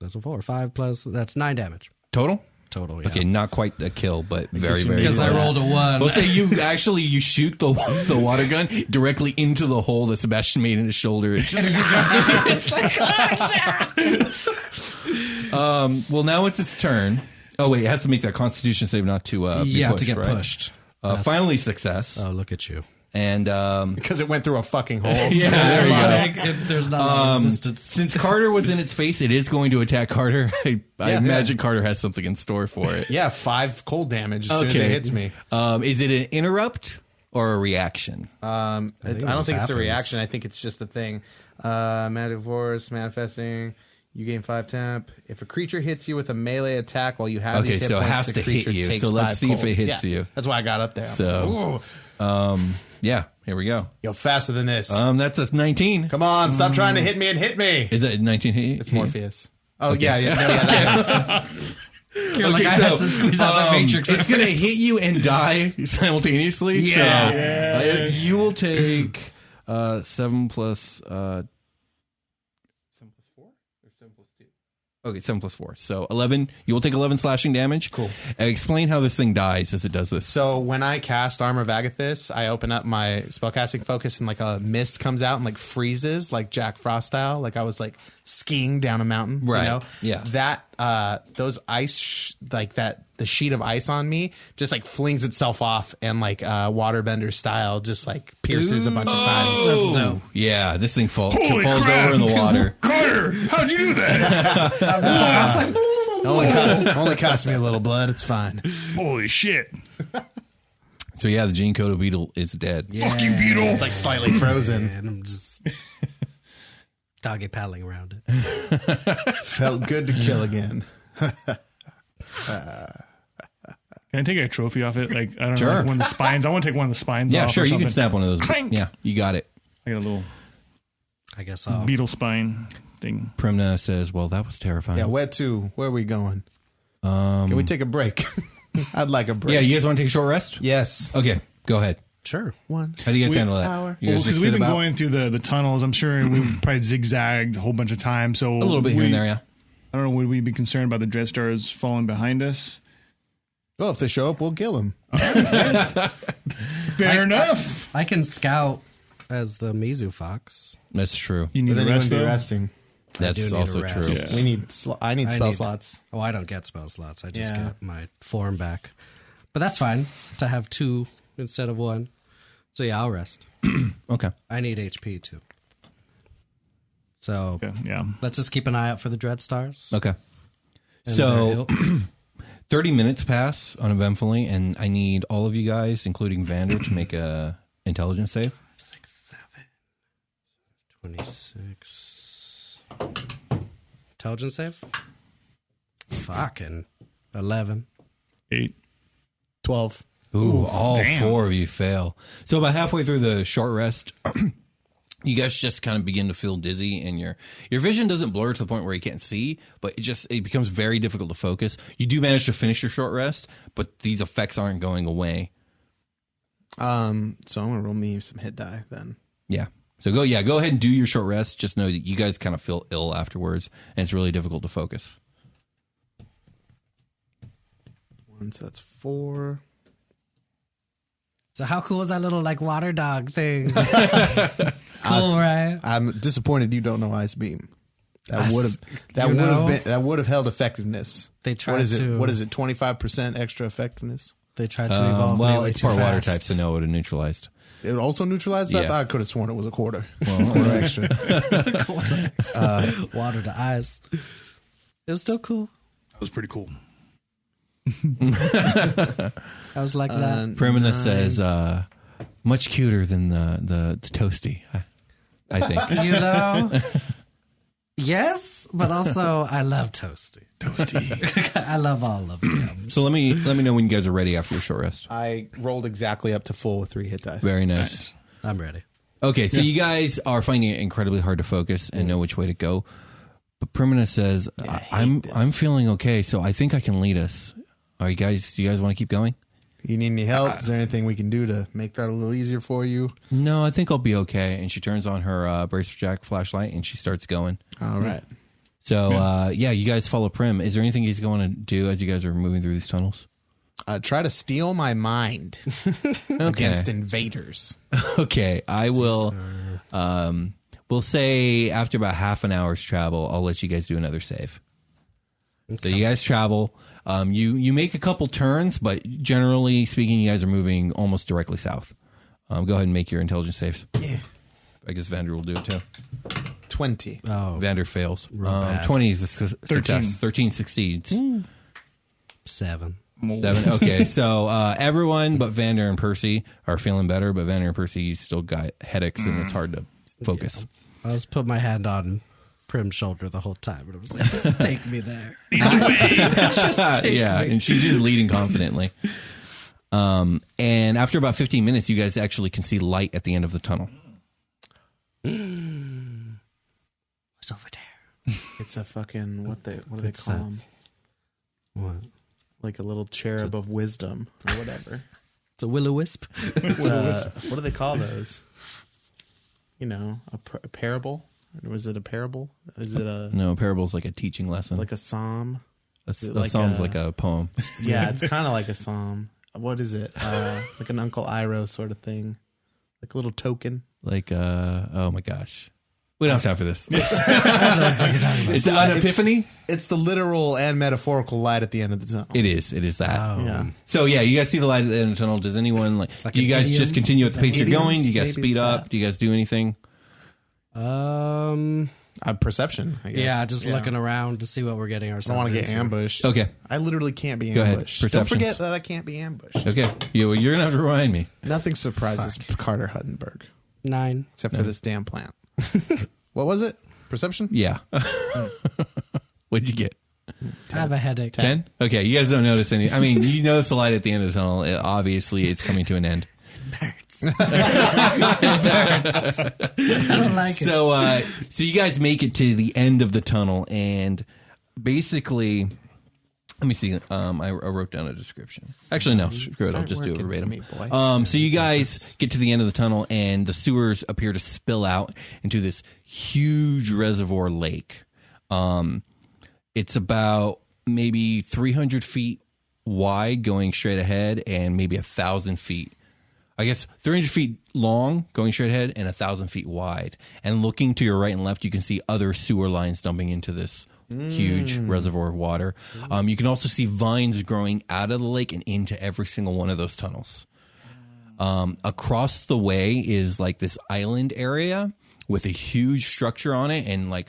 That's a four. Five plus. That's nine damage total. total. Yeah. Okay, not quite a kill, but very very. Because I close. rolled a one. We'll say you actually you shoot the the water gun directly into the hole that Sebastian made in his shoulder. It's [laughs] um. Well, now it's its turn. Oh wait, it has to make that Constitution save not to uh. Be yeah, pushed, to get right? pushed. Uh, finally, success Oh, look at you. and um. [laughs] Because it went through a fucking hole. [laughs] Yeah, there you go. Like, if there's not a lot of Um, resistance. [laughs] Since Carter was in its face, it is going to attack Carter. [laughs] I, I Yeah. imagine Carter has something in store for it. Yeah, five cold damage as soon as it hits me. Um, is it an interrupt or a reaction? Um, I, think it I don't just think it's a happens. reaction. I think it's just a thing. Uh, magic force manifesting. You gain five temp. If a creature hits you with a melee attack while you have Okay, these hit so it points, has the to hit creature you. takes So let's five see if cold. it hits Yeah, you. That's why I got up there. So- Ooh, yeah, here we go. yo, faster than this. Um, that's a 19. Come on, stop trying to hit me and hit me. Is that 19 hit? It's Morpheus. Oh yeah, [laughs] yeah, no, yeah. that- Okay, like, I [laughs] so, had to squeeze out the um, Matrix. It's going to hit you and die [laughs] simultaneously. So Yeah. uh, you will take uh, 7 plus. Uh, 7 plus 4 or 7 plus 2? Okay, 7 plus 4. So 11. You will take 11 slashing damage. Cool. Explain how this thing dies as it does this. So when I cast Armor of Agathis, I open up my spellcasting focus and like a mist comes out and like freezes, like Jack Frost style. Like I was like skiing down a mountain, Right. You know? Yeah. That uh, those ice, sh- like that, the sheet of ice on me just like flings itself off and like uh, waterbender style, just like pierces a bunch of times. Oh, Yeah, this thing fall, Holy falls crap. over in the water. Carter, how'd you do that? Only cost, only cost me a little blood. It's fine. [laughs] Holy shit! So yeah, the Gene Coda beetle is dead. Fuck you, Beetle. It's like slightly frozen. And [laughs] I'm just doggy paddling around it. [laughs] Felt good to kill again. Can I take a trophy off it? Like I don't Sure. know, like one of the spines. I want to take one of the spines. Yeah, off sure, Or you something. can snap one of those. Clank. Yeah, you got it. I got a little I guess I'll. beetle spine thing. Primna says, "Well, that was terrifying." Yeah, where to? Where are we going? Um, Can we take a break? [laughs] I'd like a break. Yeah, you guys want to take a short rest? Yes. Okay, go ahead. Sure. One. How do you guys We- handle that? our- You guys because just we've sit been about Mm-hmm. going through the, the tunnels, I'm sure we've probably zigzagged a whole bunch of times. a So little bit here we- and there. Yeah. I don't know. Would we be concerned about the dread stars falling behind us? Well, if they show up, we'll kill them. Fair enough. I can scout as the Mizu fox. That's true. you need Then the you rest wouldn't be though. resting. do That's need a also rest. true. Yeah. We need. Sl- I need I spell need- slots. Oh, I don't get spell slots. I just Yeah. get my form back. But that's fine to have two instead of one. So yeah, I'll rest. Okay. I need HP too. So Okay, yeah. let's just keep an eye out for the Dread Stars. Okay. and so their ilk. 30 minutes pass uneventfully, and I need all of you guys, including Vander, to make a intelligence save. 26. Intelligence save? Fucking 11. Eight. Twelve. Ooh, all damn. four of you fail. So about halfway through the short rest, [clears throat] you guys just kind of begin to feel dizzy, and your your vision doesn't blur to the point where you can't see, but it just it becomes very difficult to focus. You do manage to finish your short rest, but these effects aren't going away. Um. So I'm gonna roll me some hit die then. Yeah. So go yeah, go ahead and do your short rest. Just know that you guys kind of feel ill afterwards, and it's really difficult to focus. One. So that's four. So how cool is that little like water dog [laughs] thing? cool, Uh, right? I'm disappointed you don't know ice beam. That Ice- would have that you would have know? been that would have held effectiveness. They what tried is to- it? What is it? Twenty five percent extra effectiveness. They tried to Um, evolve. me well, way it's too part water fast. type, [laughs] so no, it would have neutralized. It also neutralized. I Yeah. thought I could have sworn it was a quarter. [laughs] Quarter extra. Uh, water to ice. It was still cool. That was pretty cool. I was like Um, that. Primina says, uh, much cuter than the, the, the toasty, I, I [laughs] think. [laughs] You know? yes, but also I love Toasty. Toasty. [laughs] I love all of them. so let me let me know when you guys are ready after your short rest. I rolled exactly up to full with three hit die. Very nice. I'm ready. Okay, so you guys are finding it incredibly hard to focus and know which way to go. But Primina says, I am I'm feeling okay, so I think I can lead us. Are you guys? Do you guys want to keep going? You need any help? Is there anything we can do to make that a little easier for you? No, I think I'll be okay. And she turns on her uh, bracer jack flashlight and she starts going. All right. So uh, yeah, you guys follow Prim. Is there anything he's going to do as you guys are moving through these tunnels? [laughs] Uh, try to steal my mind against invaders. Okay, I will. Um, we'll say after about half an hour's travel, I'll let you guys do another save. So you guys travel. Um, you you make a couple turns, but generally speaking, you guys are moving almost directly south. Um, go ahead and make your intelligence saves. I guess Vander will do it too. Twenty. Oh, Vander fails. Um, Twenty is a su- success. Thirteen succeeds. seven. Seven. [laughs] Okay, so uh, everyone but Vander and Percy are feeling better, but Vander and Percy you still got headaches and it's hard to [laughs] focus. I was put my hand on Prim's shoulder the whole time, and it was like, just take me there. [laughs] Uh, yeah, and she's [laughs] just leading confidently. Um, and after about 15 minutes, you guys actually can see light at the end of the tunnel. It's over there. It's a fucking what they what do they call that? them? What? Like a little cherub of wisdom or whatever. It's a will o [laughs] wisp. It's, uh, what do they call those? You know, a, par- a parable. Or Was it a parable? Is it a No, a parable's like a teaching lesson. like a psalm? a, a like psalm's a- like uh, a poem. Yeah, it's kind of like a psalm. What is it? Uh, like an Uncle Iro sort of thing, like a little token. Like, uh, oh my gosh. We don't have time for [laughs] this. it's an epiphany? It's the literal and metaphorical light at the end of the tunnel. It is. It is that. yeah, So yeah, you guys see the light at the end of the tunnel. Does anyone like, do you an guys idiom? just continue at the pace you're idioms? going? Do you guys Maybe speed up? that. Do you guys do anything? Um. uh, perception. I guess. Yeah, just looking around to see what we're getting I don't ourselves. want to get into. ambushed. Okay. I literally can't be Go ahead. ambushed. Don't Perceptions. forget that I can't be ambushed. Okay. Yeah, well, you're going to have to remind me. Nothing surprises Carter Huttenberg Nine. except for this damn [laughs] plant. what was it? Perception? Yeah. What'd you get? I have a headache. Ten? Okay, you guys don't notice any. I mean, you notice the light at the end of the tunnel. It- obviously, it's coming to an end. [laughs] I don't like it. So, uh, so you guys make it to the end of the tunnel, and basically, let me see. Um, I, I wrote down a description. Actually, no, screw it. I'll Start just do it working for verbatim. me, boy. Um, so [laughs] you guys get to the end of the tunnel, and the sewers appear to spill out into this huge reservoir lake. Um, it's about maybe 300 feet wide going straight ahead and maybe a thousand feet. I guess 300 feet long going straight ahead and a thousand feet wide. And looking to your right and left, you can see other sewer lines dumping into this huge reservoir of water. Um, you can also see vines growing out of the lake and into every single one of those tunnels. Um, across the way is like this island area with a huge structure on it and like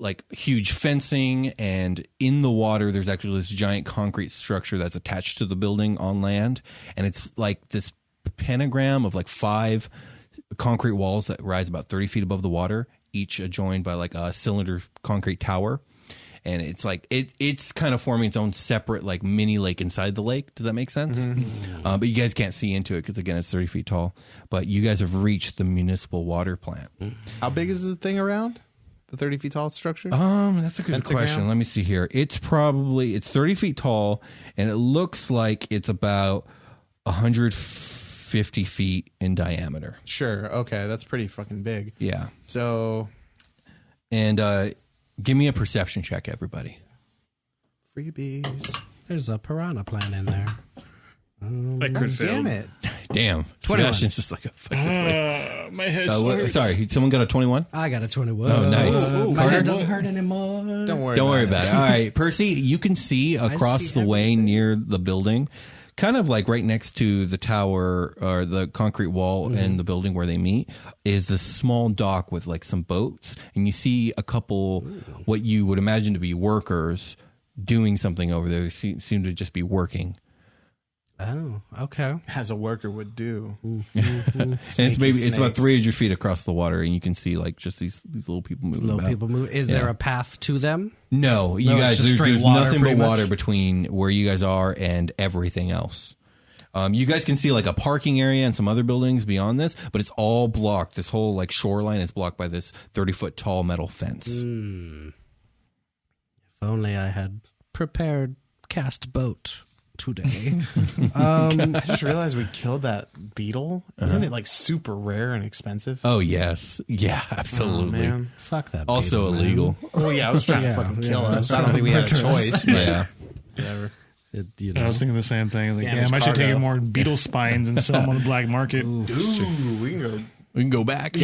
like huge fencing and in the water there's actually this giant concrete structure that's attached to the building on land and it's like this pentagram of like five concrete walls that rise about 30 feet above the water each adjoined by like a cylinder concrete tower and it's like it, it's kind of forming its own separate like mini lake inside the lake does that make sense uh, but you guys can't see into it because again it's 30 feet tall but you guys have reached the municipal water plant How big is the thing around? The 30 feet tall structure? Um, that's a good Pentagram? question. Let me see here. It's probably it's thirty feet tall, and it looks like it's about hundred fifty feet in diameter. Sure. Okay. That's pretty fucking big. Yeah, So, and uh, give me a perception check, everybody. freebies. There's a piranha plant in there. Like Oh, crit Damn failed. it. Damn, 21. Sebastian's just like a fuck this place. Uh, my head. Uh, what- hurts. sorry, someone got a twenty-one. I got a 21. Oh, nice. My Carter? head doesn't hurt anymore. Don't worry Don't about worry it. about it. All right, Percy, you can see across see the way near the building, kind of like right next to the tower or the concrete wall Mm-hmm. and the building where they meet, is this small dock with like some boats, and you see a couple what you would imagine to be workers doing something over there. They se- seem to just be working. Oh, okay. As a worker would do. and it's maybe it's about snakes. 300 feet across the water and you can see like just these these little people moving Little about. people move. Is there a path to them? No, you No, it's guys, just there's, straight there's water, nothing but pretty much. water between where you guys are and everything else. Um, you guys can see like a parking area and some other buildings beyond this, but it's all blocked. This whole like shoreline is blocked by this 30 foot tall metal fence. Hmm. If only I had prepared cast boat [laughs] today. um, I just realized we killed that beetle. Isn't it like super rare and expensive? Oh, Oh, yes. Yeah, [laughs] absolutely. man. fuck that. also beetle, man. illegal. Well, yeah, I was trying Yeah, to fucking kill yeah. us. I don't think we had a Protest. [laughs] [laughs] choice. But yeah. whatever. It, you I know. Mm-hmm. was thinking the same thing. I was like, Damaged damn, I should cargo. take in more beetle spines and sell them on the black market. Ooh, we can go. We can go back. [laughs]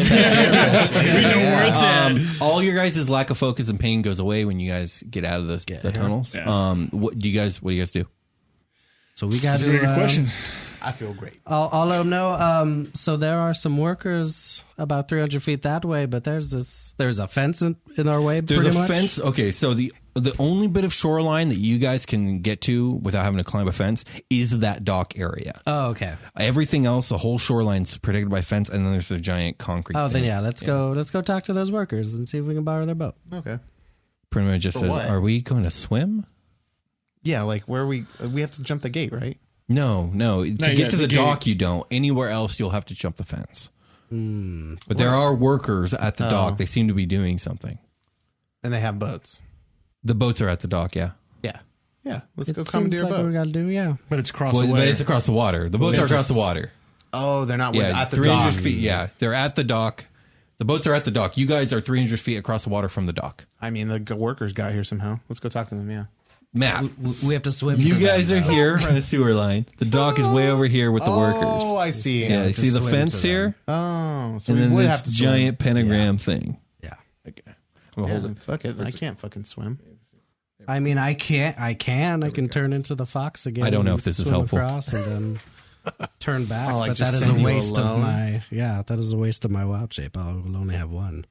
Yeah. um, all your guys' lack of focus and pain goes away when you guys get out of those the tunnels. Um, what do you guys? What do you guys do? So we got That's a very to. good Um, question. I feel great. I'll, I'll let 'em know. Um, so there are some workers about 300 feet that way, but there's this. There's a fence in, in our way. There's pretty a much. fence. Okay, so the the only bit of shoreline that you guys can get to without having to climb a fence is that dock area. Oh, okay. Everything else, the whole shoreline's protected by fence, and then there's a giant concrete. Oh, then thing. yeah. Let's go. Let's go talk to those workers and see if we can borrow their boat. Okay. Pretty much just For says, what? "Are we going to swim?" Yeah, like where we we have to jump the gate, right? No, no. To get yet, to the, the gate. dock, you don't. Anywhere else, you'll have to jump the fence. but there are workers at the Oh. dock. They seem to be doing something. And they have boats. The boats are at the dock. Yeah. Yeah. Yeah. Let's go It seems commandeer a like boat. what we got to do. Yeah. But it's cross Well, the but way. it's across the water. The boats are it's across the just- water. Oh, they're not with, Yeah, at the 300 dock. feet. Yeah, they're at the dock. The boats are at the dock. You guys are 300 feet across the water from the dock. I mean, the g- workers got here somehow. Let's go talk to them. Yeah. Matt, We, we have to swim. to you them, guys are though. here on a sewer line. The dock is way over here with the Oh, workers. I see. Yeah, you to see the swim fence to them. here, Oh, so and we then would this have to swim. giant pentagram thing. Yeah. I'm gonna Yeah, hold it. fuck it. I can't fucking swim. I mean, I can't. I can. I can turn into the fox again. I don't know and if this is swim helpful. Across and then [laughs] turn back. I'll, like, but just that is a send you waste of alone. my. Yeah, that is a waste of my wild shape. I will only have one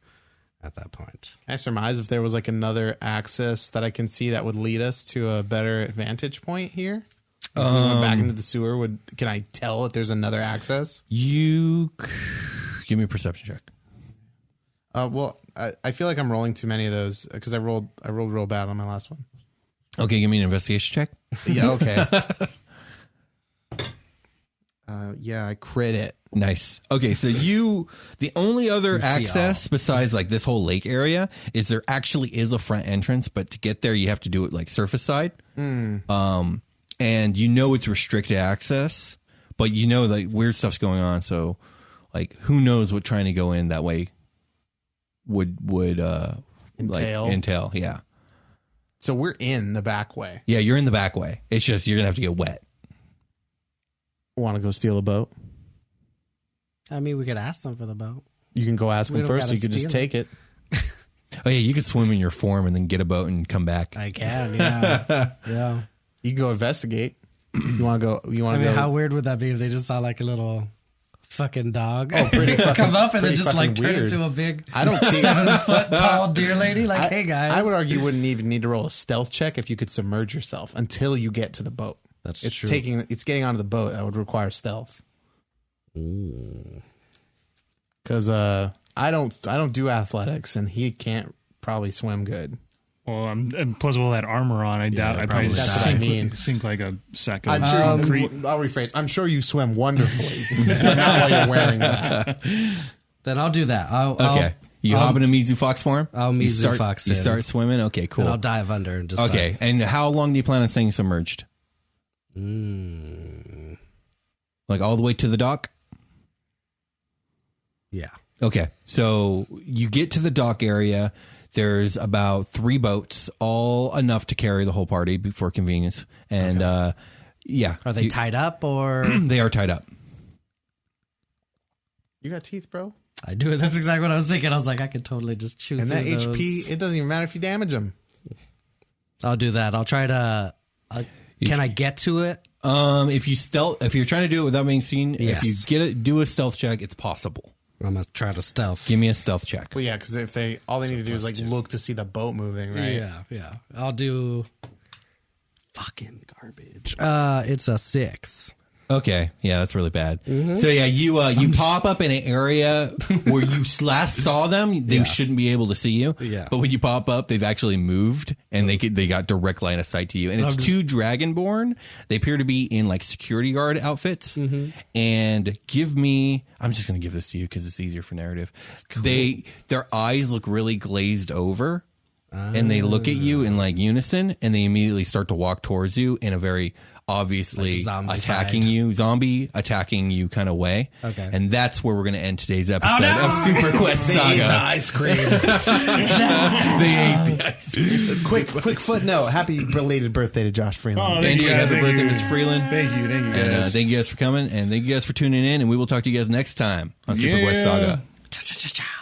at that point. Can I surmise if there was like another access that I can see that would lead us to a better vantage point here? If we went Um, back into the sewer, would can I tell if there's another access? You c- give me a perception check. Uh, well, I, I feel like I'm rolling too many of those because I rolled I rolled real bad on my last one. Okay, give me an investigation check. Yeah, okay. [laughs] uh, yeah, I crit it. Nice. Okay, so you the only other access besides like this whole lake area is there actually is a front entrance, but to get there you have to do it like surface side. Hmm. Um and you know it's restricted access, but you know like weird stuff's going on, so like who knows what trying to go in that way would would uh Entail. like entail, yeah. So we're in the back way. Yeah, you're in the back way. It's just you're gonna have to get wet. Want to go steal a boat? I mean, we could ask them for the boat. You can go ask We them don't first. gotta You could just steal it. take it. Oh yeah, you could swim in your form and then get a boat and come back. I [laughs] can, [laughs] yeah, yeah. You can go [clears throat] investigate. You want to go? You I want to mean, go? how weird would that be if they just saw like a little fucking dog Oh, pretty fucking- [laughs] come up and then pretty just like fucking turn weird. into a big I don't see. seven [laughs] foot tall deer lady? Like, I, hey guys, I would argue you wouldn't even need to roll a stealth check if you could submerge yourself until you get to the boat. That's it's true. taking it's getting onto the boat that would require stealth. Because uh, I don't I don't do athletics and he can't probably swim good. Well, I'm, and plus with all that armor on, I doubt I probably probably just not. sink, That's what I mean. sink like a sack of I'm sure. concrete. Um, I'll rephrase. I'm sure you swim wonderfully. [laughs] not while you're wearing that. Then I'll do that. I'll, Okay, you hop in a Mizu Fox form. I'll You Mizu start- Fox You in. start swimming. Okay, cool. and I'll dive under and just Okay, and how long do you plan on staying submerged? Hmm. Like all the way to the dock? yeah. Okay, so you get to the dock area. There's about three boats, all enough to carry the whole party be- for convenience. And uh, yeah, Are they You- tied up [clears throat] or? they are tied up. You got teeth, bro. I do it. That's exactly what I was thinking. I was like, I could totally just chew And that through those. HP, it doesn't even matter if you damage them. I'll do that. I'll try to. Uh, can I get to it? Um, if you stealth, if you're trying to do it without being seen, if you Yes. get it, do a stealth check. It's possible. I'm gonna try to stealth. Give me a stealth check. Well, yeah, because if they all they need to do is like look to see the boat moving, right? Yeah, yeah. I'll do. Fucking garbage. Uh, it's a six. Okay, yeah, that's really bad. Mm-hmm. So yeah, you uh, you pop up in an [laughs] area where you last saw them. They shouldn't be able to see you. Yeah. but when you pop up, they've actually moved and they could, they got direct line of sight to you. And it's two dragonborn. They appear to be in like security guard outfits. Mm-hmm. And give me, I'm just gonna give this to you because it's easier for narrative. They their eyes look really glazed over. And they look at you in Ah. like unison, and they immediately start to walk towards you in a very obviously Like zombified. attacking you, zombie attacking you kind of way. Okay. And that's where we're going to end today's episode of Super Quest Saga. ice cream. They ate the ice cream. quick, quick footnote. Happy belated birthday to Josh Freeland. Oh, thank Anyway, you guys. happy Thank birthday, you. Mr. Freeland. Thank you. Thank you And uh, guys. thank you guys for coming, and thank you guys for tuning in, and we will talk to you guys next time on Super Quest Yeah. Saga. Cha-cha-cha-cha.